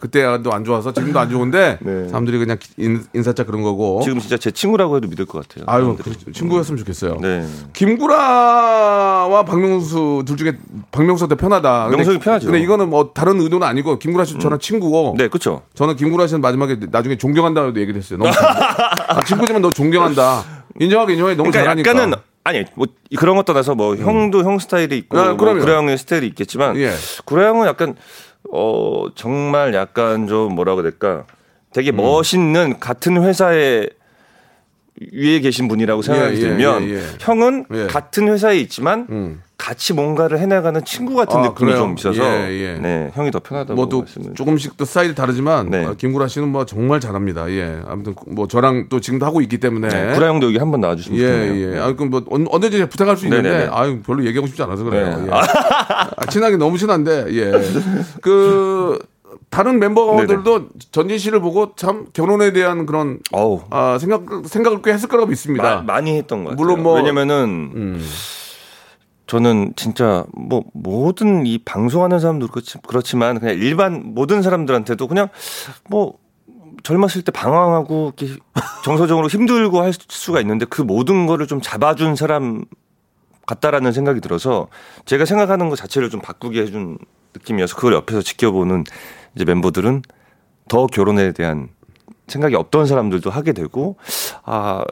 C: 그때도 안 좋아서 지금도 안 좋은데
D: 네.
C: 사람들이 그냥 인, 인사차 그런 거고.
D: 지금 진짜 제 친구라고 해도 믿을 것 같아요.
C: 어? 아유
D: 사람들이.
C: 그 친구였으면 좋겠어요.
D: 네.
C: 김구라와 박명수 둘 중에 박명수 더 편하다. 근데-
D: 명수가 편하죠.
C: 근데 이거는 뭐 다른 의도는 아니고 김구라 씨 저랑 친구고.
D: 네, 그렇죠.
C: 저는 김구라 씨는 마지막에 나중에 존경한다고 얘기를 했어요. 너무 아, 친구지만 너 존경한다. 인정하게 인정해 너무 잘하니까.
D: 그러니까
C: 음.
D: 약간은 아니 뭐 그런 것 떠나서 뭐 형도 형 스타일이 있고
C: 아,
D: 뭐
C: 그럼요.
D: 구라 형의 스타일이 있겠지만
C: 예.
D: 구라 형은 약간 어 정말 약간 좀 뭐라고 해야 될까 되게
C: 음.
D: 멋있는 같은 회사에 위에 계신 분이라고 생각이
C: 예, 예,
D: 들면
C: 예, 예.
D: 형은
C: 예. 음.
D: 같은 회사에 있지만 같이 뭔가를 해나가는 친구 같은
C: 아,
D: 느낌이
C: 그래요?
D: 좀 있어서
C: 예, 예.
D: 네 형이 더 편하다고
C: 뭐 또
D: 말씀을
C: 조금씩 또 스타일이 다르지만
D: 네.
C: 어, 김구라 씨는 뭐 정말 잘합니다. 예. 아무튼 뭐 저랑 또 지금도 하고 있기 때문에
D: 네, 구라 형도 여기 한번 나와주시면
C: 예,
D: 좋겠네요.
C: 예. 아, 그럼 뭐 언- 언제든지 부탁할 수 있는데
D: 네네네.
C: 아유, 별로 얘기하고 싶지 않아서 그래요.
D: 네.
C: 예. 아, 친하게 너무 친한데. 예. 그 다른 멤버들도 전진 씨를 보고 참 결혼에 대한 그런
D: 어우
C: 아, 생각 생각을 꽤 했을 거라고 믿습니다.
D: 마- 많이 했던 것 같아요.
C: 물론 뭐-
D: 왜냐면은 저는 진짜 뭐 모든 이 방송하는 사람도 그렇지, 그렇지만 그냥 일반 모든 사람들한테도 그냥 뭐 젊었을 때 방황하고 이렇게 정서적으로 힘들고 할 수가 있는데 그 모든 거를 좀 잡아준 사람 같다라는 생각이 들어서 제가 생각하는 것 자체를 좀 바꾸게 해준 느낌이어서 그걸 옆에서 지켜보는 이제 멤버들은 더 결혼에 대한 생각이 없던 사람들도 하게 되고 아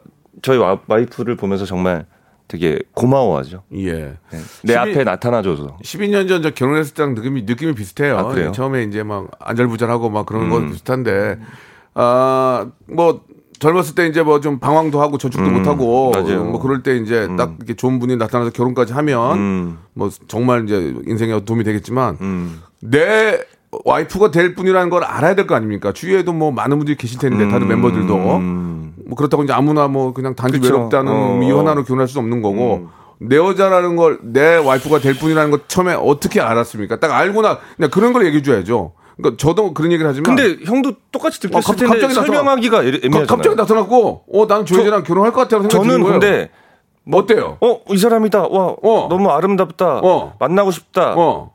D: 저희 와, 이프를 보면서 정말 되게 고마워하죠.
C: 예.
D: 네. 내
C: 십이-
D: 앞에 나타나줘서
C: 12년 전 저 결혼했을 때랑 느낌이 느낌이 비슷해요. 예,
D: 아, 그래요? 음.
C: 처음에 이제 막 안절부절하고 막 그런 건 비슷한데 아, 아뭐 젊었을 때 이제 뭐 좀 방황도 하고 저축도 못 하고
D: 음. 맞아요.
C: 뭐 그럴 때 이제 딱 이렇게 좋은 분이 나타나서 결혼까지 하면
D: 음.
C: 뭐 정말 이제 인생에 도움이 되겠지만
D: 음.
C: 내 와이프가 될 분이라는 걸 알아야 될 거 아닙니까? 주위에도 뭐 많은 분들이 계실 텐데 다른 멤버들도
D: 음.
C: 뭐 그렇다고 이제 아무나 뭐 그냥 단지
D: 그쵸.
C: 외롭다는
D: 어, 음.
C: 이유
D: 어.
C: 하나로 결혼할 수는 없는 거고 내 여자라는 걸 내 와이프가 될 뿐이라는 걸 처음에 어떻게 알았습니까? 딱 알고나 그냥 그런 걸 얘기해 줘야죠. 그러니까 저도 그런 얘기를 하지만
D: 근데 형도 똑같이
C: 어,
D: 느꼈을
C: 갑-
D: 텐데
C: 갑자기 나타나-
D: 설명하기가
C: 가-
D: 애매하잖아요.
C: 갑자기 나타났고 어 나는 조혜진이랑 결혼할 것 같아요. 생각이
D: 저는
C: 드는 거예요.
D: 근데
C: 뭐 어때요?
D: 어 이 사람이다 와
C: 어.
D: 너무 아름답다
C: 어.
D: 만나고 싶다 뭐
C: 어.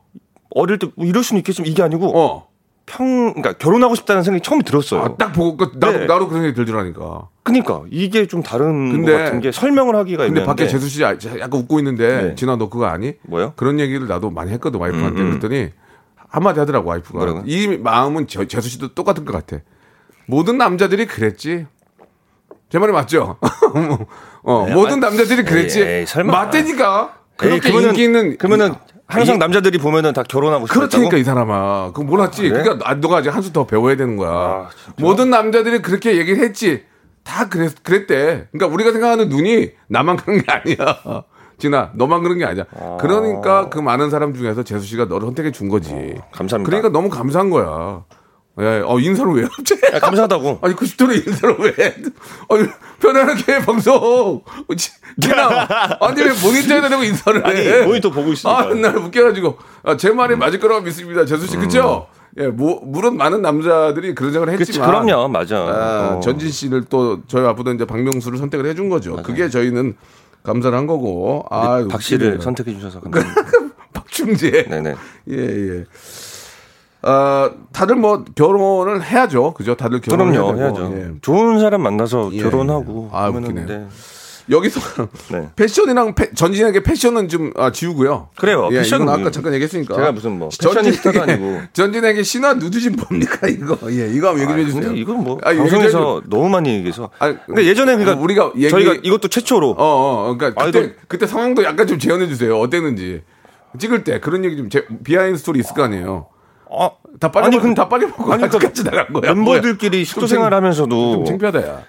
D: 어릴 때뭐 이럴 수는 있겠지만 이게 아니고
C: 어.
D: 평 그러니까 결혼하고 싶다는 생각이 처음 들었어요.
C: 아, 딱 보고 그- 나도
D: 네.
C: 나도 그런 생각이 들더라니까.
D: 그러니까 이게 좀 다른
C: 근데-
D: 것 같은 게 설명을 하기가
C: 근데
D: 있는데
C: 밖에 재수 씨 아- 약간 웃고 있는데
D: 네.
C: 진아 너 그거 아니?
D: 뭐요?
C: 그런 얘기를 나도 많이 했거든 와이프한테
D: 음, 음.
C: 그랬더니 한마디 하더라고 와이프가
D: 뭐라고요?
C: 이 마음은 저, 재수 씨도 똑같은 것 같아. 모든 남자들이 그랬지. 제 말이 맞죠? 어, 모든 남자들이 그랬지.
D: 네, 아, 에이, 에이, 설마.
C: 맞다니까.
D: 에이,
C: 그렇게 인기 있는
D: 네, 그러면은 항상
C: 이-
D: 남자들이 보면은 다 결혼하고 싶다고
C: 그렇다니까 이 사람아. 그거 몰랐지.
D: 그래?
C: 그러니까 아, 너가 아직 한 수 더 배워야 되는 거야.
D: 아, 진짜?
C: 모든 남자들이 그렇게 얘기를 했지. 다 그랬, 그랬대. 그러니까 우리가 생각하는 눈이 나만 그런 게 아니야. 진아, 너만 그런 게 아니야. 그러니까 그 많은 사람 중에서 재수 씨가 너를 선택해 준 거지.
D: 어, 감사합니다.
C: 그러니까 너무 감사한 거야. 예, 어, 인사를 왜 합체?
D: 야, 감사하다고.
C: 아니 90도로 인사를 왜? 아니 편안하게 해, 방송. 진아 아니 왜 모니터에다 대고 인사를 해?
D: 아니, 모니터 보고 음. 있으니까.
C: 아, 날 웃겨가지고 아, 제 말이 맞을 거라고 믿습니다, 재수 씨 그죠? 예, 뭐, 물론 많은 남자들이 그런 생각을
D: 음. 그치,
C: 했지만.
D: 그럼요, 맞아.
C: 아,
D: 어.
C: 전진 씨를 또 저희 앞으로 이제 박명수를 선택을 해준 거죠. 그게 저희는 감사를 한 거고. 아,
D: 네, 박 씨를
C: 웃기네요.
D: 선택해 주셔서 감사합니다.
C: 박충재.
D: 네네.
C: 예, 예. 아, 다들 뭐 결혼을 해야죠, 그죠? 다들 결혼을
D: 그럼요,
C: 해야 되고.
D: 해야죠.
C: 예.
D: 좋은 사람 만나서
C: 예,
D: 결혼하고
C: 예. 아,
D: 하면은
C: 웃기네.
D: 네.
C: 여기서
D: 네.
C: 패션이랑 패- 전진에게 패션은 좀 아, 지우고요.
D: 그래요.
C: 예,
D: 패션은
C: 이건 아까
D: 뭐예요?
C: 잠깐 얘기했으니까.
D: 제가 무슨 뭐
C: 전진에게-
D: 패셔니스타도 아니고.
C: 전진에게 신화 누드신 뭡니까 이거? 예, 이거 한번 얘기
D: 아,
C: 좀 해주세요.
D: 근데 이건 뭐
C: 아, 얘기 좀
D: 방송에서
C: 해줘.
D: 너무 많이 얘기해서.
C: 아니,
D: 근데 예전에 그러니까
C: 뭐 우리가 얘기-
D: 저희가 이것도 최초로
C: 어, 어, 그러니까
D: 아,
C: 그때
D: 이건-
C: 그때 상황도 약간 좀 재현해 주세요. 어땠는지 찍을 때 그런 얘기 좀 제, 비하인드 스토리 있을 거 아니에요.
D: 아,
C: 다 빨리
D: 아니,
C: 먹-
D: 근데-
C: 다 빨리 먹고
D: 아니, 그러니까
C: 아직까지 나간 거야.
D: 멤버들끼리
C: 좀
D: 식도 생활하면서도 뭐
C: 좀 창피하다 야.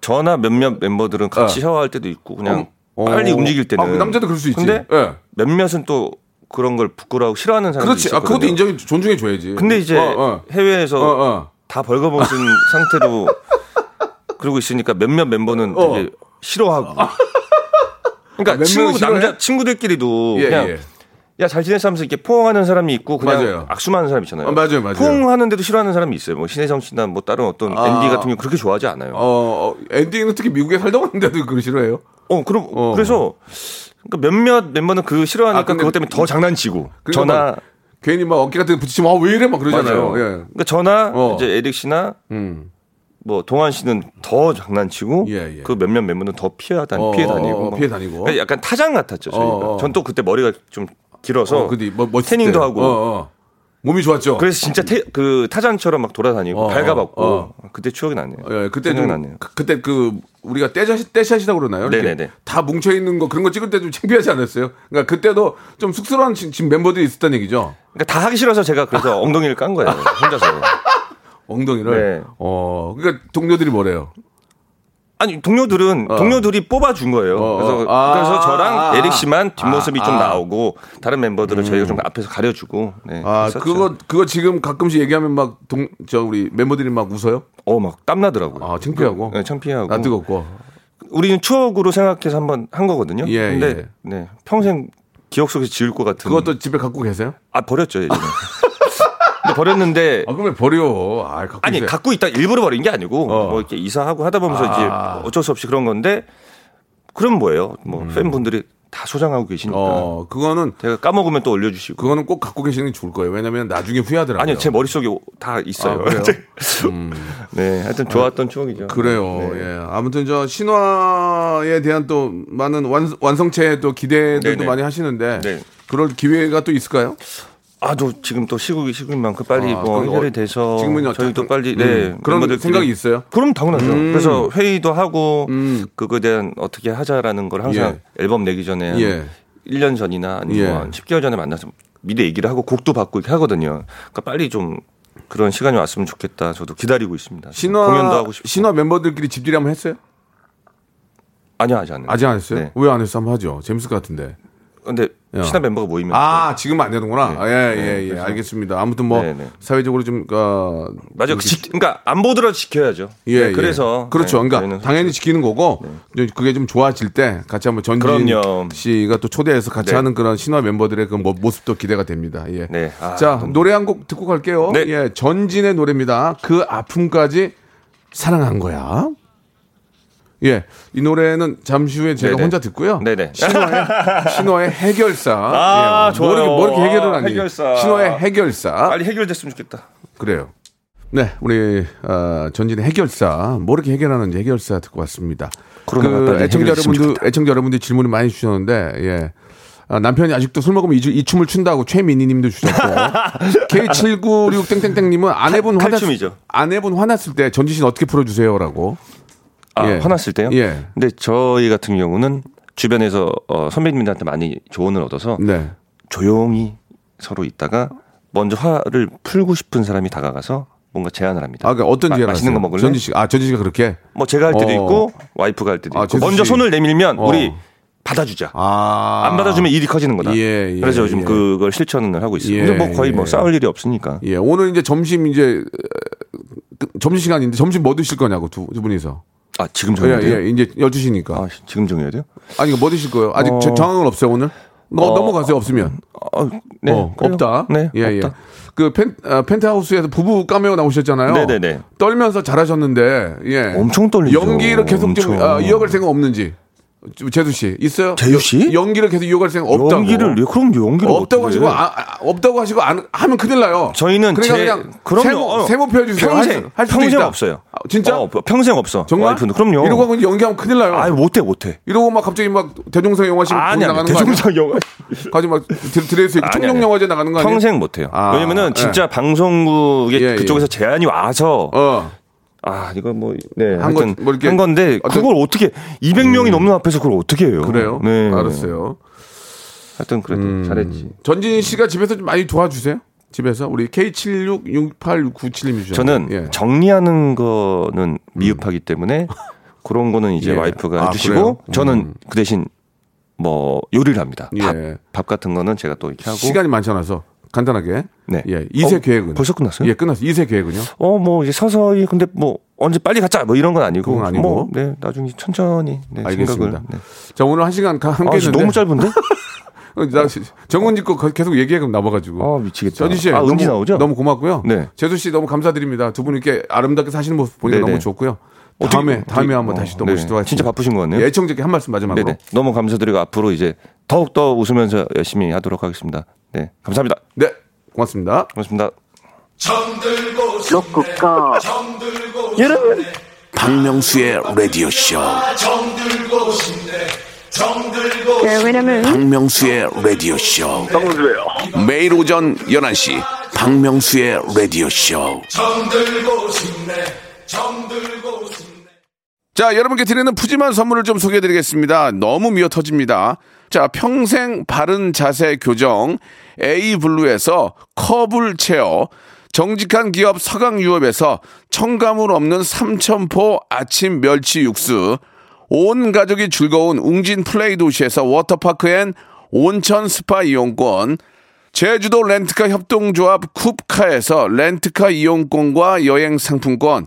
D: 저나 몇몇 멤버들은 같이 샤워할 때도 있고 그냥
C: 어, 어.
D: 빨리 움직일 때는
C: 아, 그 남자도 그럴 수 있지.
D: 근데
C: 예.
D: 몇몇은 또 그런 걸 부끄러워 싫어하는 사람들이
C: 그렇지. 아,
D: 있었거든요.
C: 그것도 인정 존중해 줘야지.
D: 근데 이제
C: 어,
D: 해외에서
C: 어. 어, 어.
D: 다 벌거벗은 상태로 그러고 있으니까 몇몇 멤버는
C: 어.
D: 되게 싫어하고. 그러니까
C: 아,
D: 친구
C: 멤버는 싫어해?
D: 남자 친구들끼리도
C: 예,
D: 그냥
C: 예.
D: 야 잘 지냈어 하면서 이렇게 포옹하는 사람이 있고 그냥
C: 맞아요.
D: 악수만 하는 사람 있잖아요.
C: 어, 맞아요, 맞아요.
D: 포옹하는데도 싫어하는 사람이 있어요. 뭐 신혜성 씨나 뭐 다른 어떤
C: 아.
D: 앤디 같은 경우 그렇게 좋아하지 않아요. 어,
C: 어, 어, 엔딩은 특히 미국에 살다 왔는데도 그걸 싫어해요?
D: 그럼
C: 어.
D: 그래서 그러니까 몇몇 멤버는 그 싫어하니까
C: 아, 근데-
D: 그것 때문에 더 장난치고
C: 그러니까
D: 저나
C: 막 괜히 막 어깨 같은 데 붙이면 아 왜 이래 막 그러잖아요.
D: 맞아요.
C: 예.
D: 그러니까 저나
C: 어.
D: 이제 에릭 씨나
C: 음.
D: 뭐 동환 씨는 더 장난치고
C: 예, 예.
D: 그 몇몇 멤버는 더 피해 다니
C: 어,
D: 피해
C: 어,
D: 다니고
C: 어,
D: 막.
C: 피해 다니고.
D: 그러니까 약간 타장 같았죠 저희가.
C: 어, 어.
D: 전 또 그때 머리가 좀 길어서
C: 어, 근데 뭐 멋있을
D: 태닝도
C: 때.
D: 하고.
C: 어, 어. 몸이 좋았죠.
D: 그래서 진짜 태- 그 타잔처럼 막 돌아다니고
C: 어,
D: 발가벗고
C: 어.
D: 그때 추억이 나네요.
C: 예, 그때
D: 생각나네요.
C: 좀 그- 그때 그 우리가 떼샷 떼샷이라고 그러나요? 이렇게
D: 네네네.
C: 다 뭉쳐 있는 거 그런 거 찍을 때 좀 창피하지 않았어요? 그러니까 그때도 좀 쑥스러운 지- 지금 멤버들이 있었다는 얘기죠.
D: 그러니까 다 하기 싫어서 제가 그래서 엉덩이를 깐 거예요 혼자서.
C: 엉덩이를.
D: 네.
C: 어, 그러니까 동료들이 뭐래요?
D: 아니 동료들은 동료들이 뽑아준 거예요.
C: 어,
D: 그래서
C: 어. 아,
D: 그래서 저랑
C: 아, 아.
D: 에릭 씨만 뒷모습이
C: 아,
D: 좀
C: 아. 음.
D: 나오고 다른 멤버들은 저희가 좀 앞에서 가려주고. 네,
C: 아,
D: 했었죠.
C: 그거 그거 지금 가끔씩 얘기하면 막 동 저 우리 멤버들이 막 웃어요?
D: 어 막 땀 나더라고요.
C: 아, 창피하고.
D: 네, 창피하고.
C: 나 뜨겁고.
D: 우리는 추억으로 생각해서 한번 한 거거든요.
C: 예,
D: 근데
C: 예.
D: 네, 평생 기억 속에 지을 것 같은.
C: 그것도 집에 갖고 계세요?
D: 아 버렸죠 예전에. 근데 버렸는데
C: 아, 그럼 왜 버려? 아, 갖고
D: 아니
C: 있어요.
D: 갖고 있다 일부러 버린 게 아니고
C: 어.
D: 뭐 이렇게 이사하고 하다 보면서
C: 아.
D: 이제 어쩔 수 없이 그런 건데 그럼 뭐예요? 뭐 팬분들이 다 소장하고 계시니까
C: 음. 어, 그거는
D: 제가 까먹으면 또 올려주시고.
C: 그거는 꼭 갖고 계시는 게 좋을 거예요. 왜냐면 나중에 후회하더라고요.
D: 아니요, 제 머릿속에 다 있어요.
C: 아, 그래요? 음.
D: 네, 하여튼 좋았던 추억이죠.
C: 그래요.
D: 네.
C: 예. 아무튼 저 신화에 대한 또 많은 완, 완성체의 또 기대들도
D: 네네.
C: 많이 하시는데
D: 네.
C: 그럴 기회가 또 있을까요?
D: 아, 저 지금 또 시국이 시국인 만큼 빨리
C: 아,
D: 뭐
C: 그럼
D: 해결이
C: 어-
D: 돼서
C: 지금은요,
D: 저희도
C: 어떤-
D: 빨리
C: 음,
D: 네
C: 그런
D: 멤버들끼리-
C: 생각이 있어요?
D: 그럼 당연하죠.
C: 음.
D: 그래서 회의도 하고 그거에 대한 어떻게 하자라는 걸 항상 앨범 내기 전에
C: 예.
D: 1년 전이나 아니면
C: 예.
D: 한 10개월 전에 만나서 미리 얘기를 하고 곡도 받고 이렇게 하거든요. 그러니까 빨리 좀 그런 시간이 왔으면 좋겠다. 저도 기다리고 있습니다.
C: 신화
D: 공연도 하고 싶고.
C: 신화 멤버들끼리 집들이 한번 했어요?
D: 아니요, 아직 안 해요.
C: 아직 안 했어요?
D: 네.
C: 왜 안 했어? 한번 하죠. 재밌을 것 같은데.
D: 근데
C: 야.
D: 신화 멤버가 모이면
C: 아, 지금 안 되는구나.
D: 네.
C: 예,
D: 네,
C: 예, 예.
D: 그래서-
C: 알겠습니다. 아무튼 뭐
D: 네, 네.
C: 사회적으로 좀 어,
D: 맞아요. 그 지- 그러니까 안 보더라도 지켜야죠.
C: 예,
D: 네, 그래서
C: 예. 그렇죠.
D: 네,
C: 그러니까
D: 저희는
C: 당연히 지키는 거고 이제 그게 좀 좋아질 때 같이 한번 전진
D: 그럼요.
C: 씨가 또 초대해서 같이
D: 네.
C: 하는 그런 신화 멤버들의 그 모- 모습도 기대가 됩니다. 예.
D: 네. 아,
C: 자
D: 너무-
C: 노래 한 곡 듣고 갈게요.
D: 네.
C: 예, 전진의 노래입니다. 그 아픔까지 사랑한 거야. 예, 이 노래는 잠시 후에 제가
D: 네네.
C: 혼자 듣고요.
D: 네네.
C: 신화의, 신화의 해결사.
D: 아,
C: 예, 뭐 이렇게-
D: 좋아요.
C: 뭐 이렇게 해결을
D: 아,
C: 하니.
D: 해결사. 아,
C: 신화의 해결사.
D: 빨리 해결됐으면 좋겠다.
C: 그래요. 네, 우리 어, 전진의 해결사 뭐 이렇게 해결하는지 해결사 듣고 왔습니다. 그
D: 코로나가 빨리
C: 애청자
D: 해결됐으면
C: 여러분들 애청자 여러분들 질문을 많이 주셨는데 예. 아, 남편이 아직도 술 먹으면 이, 주- 이 춤을 춘다고 최민희님도 주셨고 K796 땡땡땡님은 아내분 화났
D: 칼춤이죠.
C: 아내분 화났을 때 전진 씨는 어떻게 풀어주세요라고
D: 아,
C: 예.
D: 화났을 때요?
C: 예.
D: 근데 저희 같은 경우는 주변에서 어, 선배님들한테 많이 조언을 얻어서
C: 네
D: 조용히 서로 있다가 먼저 화를 풀고 싶은 사람이 다가가서 뭔가 제안을 합니다.
C: 아, 그러니까 어떤
D: 마-
C: 제안을
D: 맛있는 거
C: 하세요?
D: 먹을래?
C: 전진 씨가 아 전진 씨가 그렇게
D: 뭐 제가 할 때도
C: 어.
D: 있고 와이프가 할 때도
C: 아,
D: 있고
C: 재수
D: 먼저
C: 씨.
D: 손을 내밀면
C: 어.
D: 우리 받아주자.
C: 아.
D: 안 받아주면 일이 커지는 거다.
C: 예, 예,
D: 그래서 요즘
C: 예.
D: 그걸 실천을 하고 있어요.
C: 예,
D: 근데 뭐 거의 뭐
C: 예.
D: 싸울 일이 없으니까.
C: 예, 오늘 이제 점심 이제 어, 그- 점심 시간인데 점심 뭐 드실 거냐고 두, 두 분이서.
D: 아 지금
C: 예,
D: 정해야 돼요?
C: 예, 이제 12시니까.
D: 아 지금 정해야 돼요?
C: 아니 뭐 드실 거예요? 아직
D: 어.
C: 저- 정황은 없어요 오늘? 너
D: 어.
C: 넘어가세요 없으면.
D: 어, 네,
C: 어,
D: 그래요.
C: 없다.
D: 네,
C: 예,
D: 없다.
C: 예. 그 펜, 아, 펜트하우스에서 부부 까메오 나오셨잖아요.
D: 네네네.
C: 떨면서 잘하셨는데, 예.
D: 엄청 떨리죠.
C: 연기를 계속 좀
D: 엄청.
C: 아, 이어갈 생각 없는지. 재수 씨 있어요?
D: 재수 씨?
C: 여- 연기를 계속 이어갈 생각 없다고.
D: 연기를 예, 그럼 연기를
C: 없다고
D: 어떻게
C: 하시고
D: 해요?
C: 아, 아, 없다고 하시고 안 하면 큰일 나요.
D: 저희는
C: 그러니까
D: 제-
C: 그냥
D: 그럼요.
C: 세모
D: 어.
C: 세모 펴주세요.
D: 평생
C: 할 수, 할 수도
D: 평생
C: 있다.
D: 없어요.
C: 아, 진짜?
D: 어, 평생 없어.
C: 정말?
D: 와이프는 그럼요.
C: 이러고 하고 연기하면 큰일 나요.
D: 아 못해 못해.
C: 이러고 막 갑자기 막 대종상 영화식
D: 아니 아니
C: 나가는 거 아니야?
D: 대중상 영화
C: 가지 막 드- 드레스 입고
D: 아니,
C: 청룡
D: 아니.
C: 영화제 나가는 거 아니야?
D: 평생 못해요.
C: 아,
D: 왜냐면은 진짜 방송국에
C: 예, 예.
D: 그쪽에서 제안이 와서
C: 어.
D: 아 이거 뭐네
C: 한 거-
D: 하여튼
C: 뭐 이렇게
D: 한 건데
C: 어떤- 음.
D: 그걸 어떻게 200명이 넘는 앞에서 그걸 어떻게 해요?
C: 그래요?
D: 네
C: 알았어요. 음.
D: 하여튼 그래도 잘했지.
C: 전진 씨가 집에서 좀 많이 도와주세요. 집에서 우리 K766897님이 주셨어요.
D: 저는
C: 예. 음.
D: 정리하는 거는 미흡하기 때문에 그런 거는 이제
C: 예.
D: 와이프가
C: 아, 그래요?
D: 해주시고 저는 그 대신 뭐 요리를 합니다. 밥,
C: 예.
D: 밥 같은 거는 제가 또 이렇게 하고
C: 시간이 많지 않아서 간단하게
D: 네.
C: 예. 2세
D: 어,
C: 계획은
D: 벌써 끝났어요?
C: 예, 끝났어요. 2세 계획은요?
D: 어 뭐 이제 서서히 근데 뭐 언제 빨리 가자 뭐 이런 건 아니고
C: 그건 아니고.
D: 뭐 네, 나중에 천천히 네,
C: 알겠습니다.
D: 생각을 네.
C: 자, 오늘 한 시간 가- 함께
D: 아,
C: 했는데 네.
D: 진짜 너무 짧은데?
C: 어, 나 시- 정은지 거 거- 계속 얘기해 그럼 나와가지고.
D: 아 미치겠다.
C: 전지 씨,
D: 아 은지
C: 너무,
D: 나오죠?
C: 너무 고맙고요.
D: 네.
C: 제수 씨 너무 감사드립니다. 두 분 이렇게 아름답게 사시는 모습 보니까
D: 네네.
C: 너무 좋고요.
D: 어떻게-
C: 다음에
D: 어떻게-
C: 다음에 한번
D: 어,
C: 다시 또
D: 네.
C: 모시도록 하겠습니다.
D: 진짜 바쁘신 것 같네요.
C: 예, 애청자께 한 말씀 마지막으로.
D: 네네. 너무 감사드리고 앞으로 이제 더욱 더 웃으면서 열심히 하도록 하겠습니다. 네 감사합니다.
C: 네, 고맙습니다.
D: 고맙습니다.
E: 박명수의 라디오 쇼.
F: 네, 왜냐면
E: 박명수의 라디오 쇼. 매일 오전 11시 박명수의 라디오 쇼.
C: 자, 여러분께 드리는 푸짐한 선물을 좀 소개해 드리겠습니다. 너무 미어 터집니다. 자, 평생 바른 자세 교정 A 블루에서 커블 체어 정직한 기업 서강유업에서 청가물 없는 삼천포 아침 멸치 육수 온 가족이 즐거운 웅진 플레이 도시에서 워터파크 앤 온천 스파 이용권 제주도 렌트카 협동조합 쿱카에서 렌트카 이용권과 여행 상품권,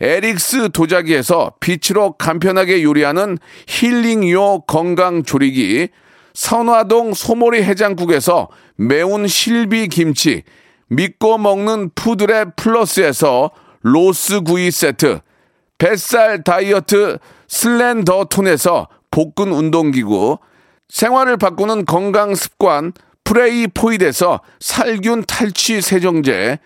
C: 에릭스 도자기에서 빛으로 간편하게 요리하는 힐링요 건강조리기, 선화동 소모리 해장국에서 매운 실비 김치, 믿고 먹는 푸드랩 플러스에서 로스 구이 세트, 뱃살 다이어트 슬렌더 톤에서 복근 운동기구, 생활을 바꾸는 건강 습관 프레이 포이드에서 살균 탈취 세정제,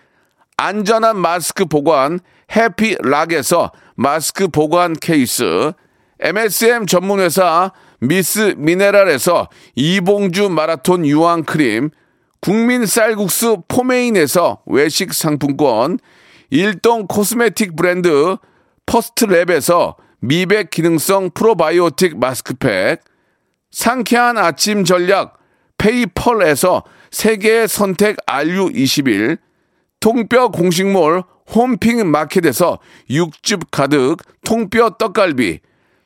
C: 안전한 마스크 보관 해피락에서 마스크 보관 케이스, MSM 전문회사 미스 미네랄에서 이봉주 마라톤 유황 크림, 국민 쌀국수 포메인에서 외식 상품권, 일동 코스메틱 브랜드 퍼스트랩에서 미백 기능성 프로바이오틱 마스크팩, 상쾌한 아침 전략 페이펄에서 세계 선택 RU21, 통뼈 공식몰 홈핑 마켓에서 육즙 가득 통뼈 떡갈비,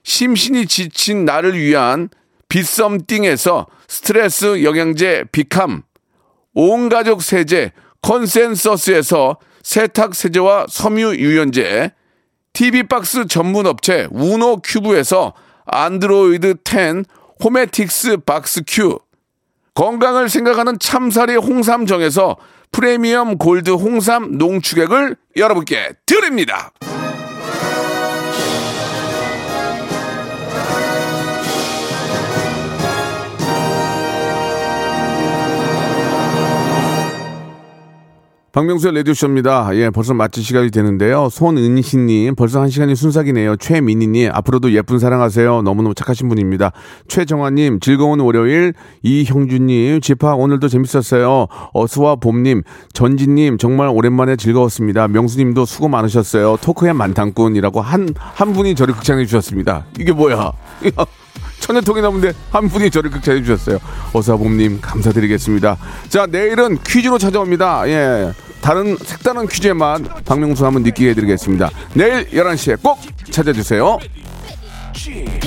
C: 심신이 지친 나를 위한 빗썸띵에서 스트레스 영양제 비캄, 온 가족 세제 컨센서스에서 세탁 세제와 섬유 유연제, TV 박스 전문 업체 우노 큐브에서 안드로이드 10 호메틱스 박스 큐, 건강을 생각하는 참사리 홍삼정에서 프리미엄 골드 홍삼 농축액을 여러분께 드립니다. 박명수의 레디오쇼입니다. 예, 벌써 마칠 시간이 되는데요. 손은희님, 벌써 한 시간이 순삭이네요. 최민희님, 앞으로도 예쁜 사랑하세요. 너무너무 착하신 분입니다. 최정화님, 즐거운 월요일. 이형준님, 집합 오늘도 재밌었어요. 어수와 봄님, 전진님, 정말 오랜만에 즐거웠습니다. 명수님도 수고 많으셨어요. 토크의 만탄꾼이라고 한, 한 분이 저를 극찬해 주셨습니다. 이게 뭐야? 천여통이 넘는데 한 분이 저를 극찬해 주셨어요. 어사봄님 감사드리겠습니다. 자 내일은 퀴즈로 찾아옵니다. 예. 다른 색다른 퀴즈에만 박명수 한번 느끼게 해드리겠습니다. 내일 11시에 꼭 찾아주세요.
F: Cheers.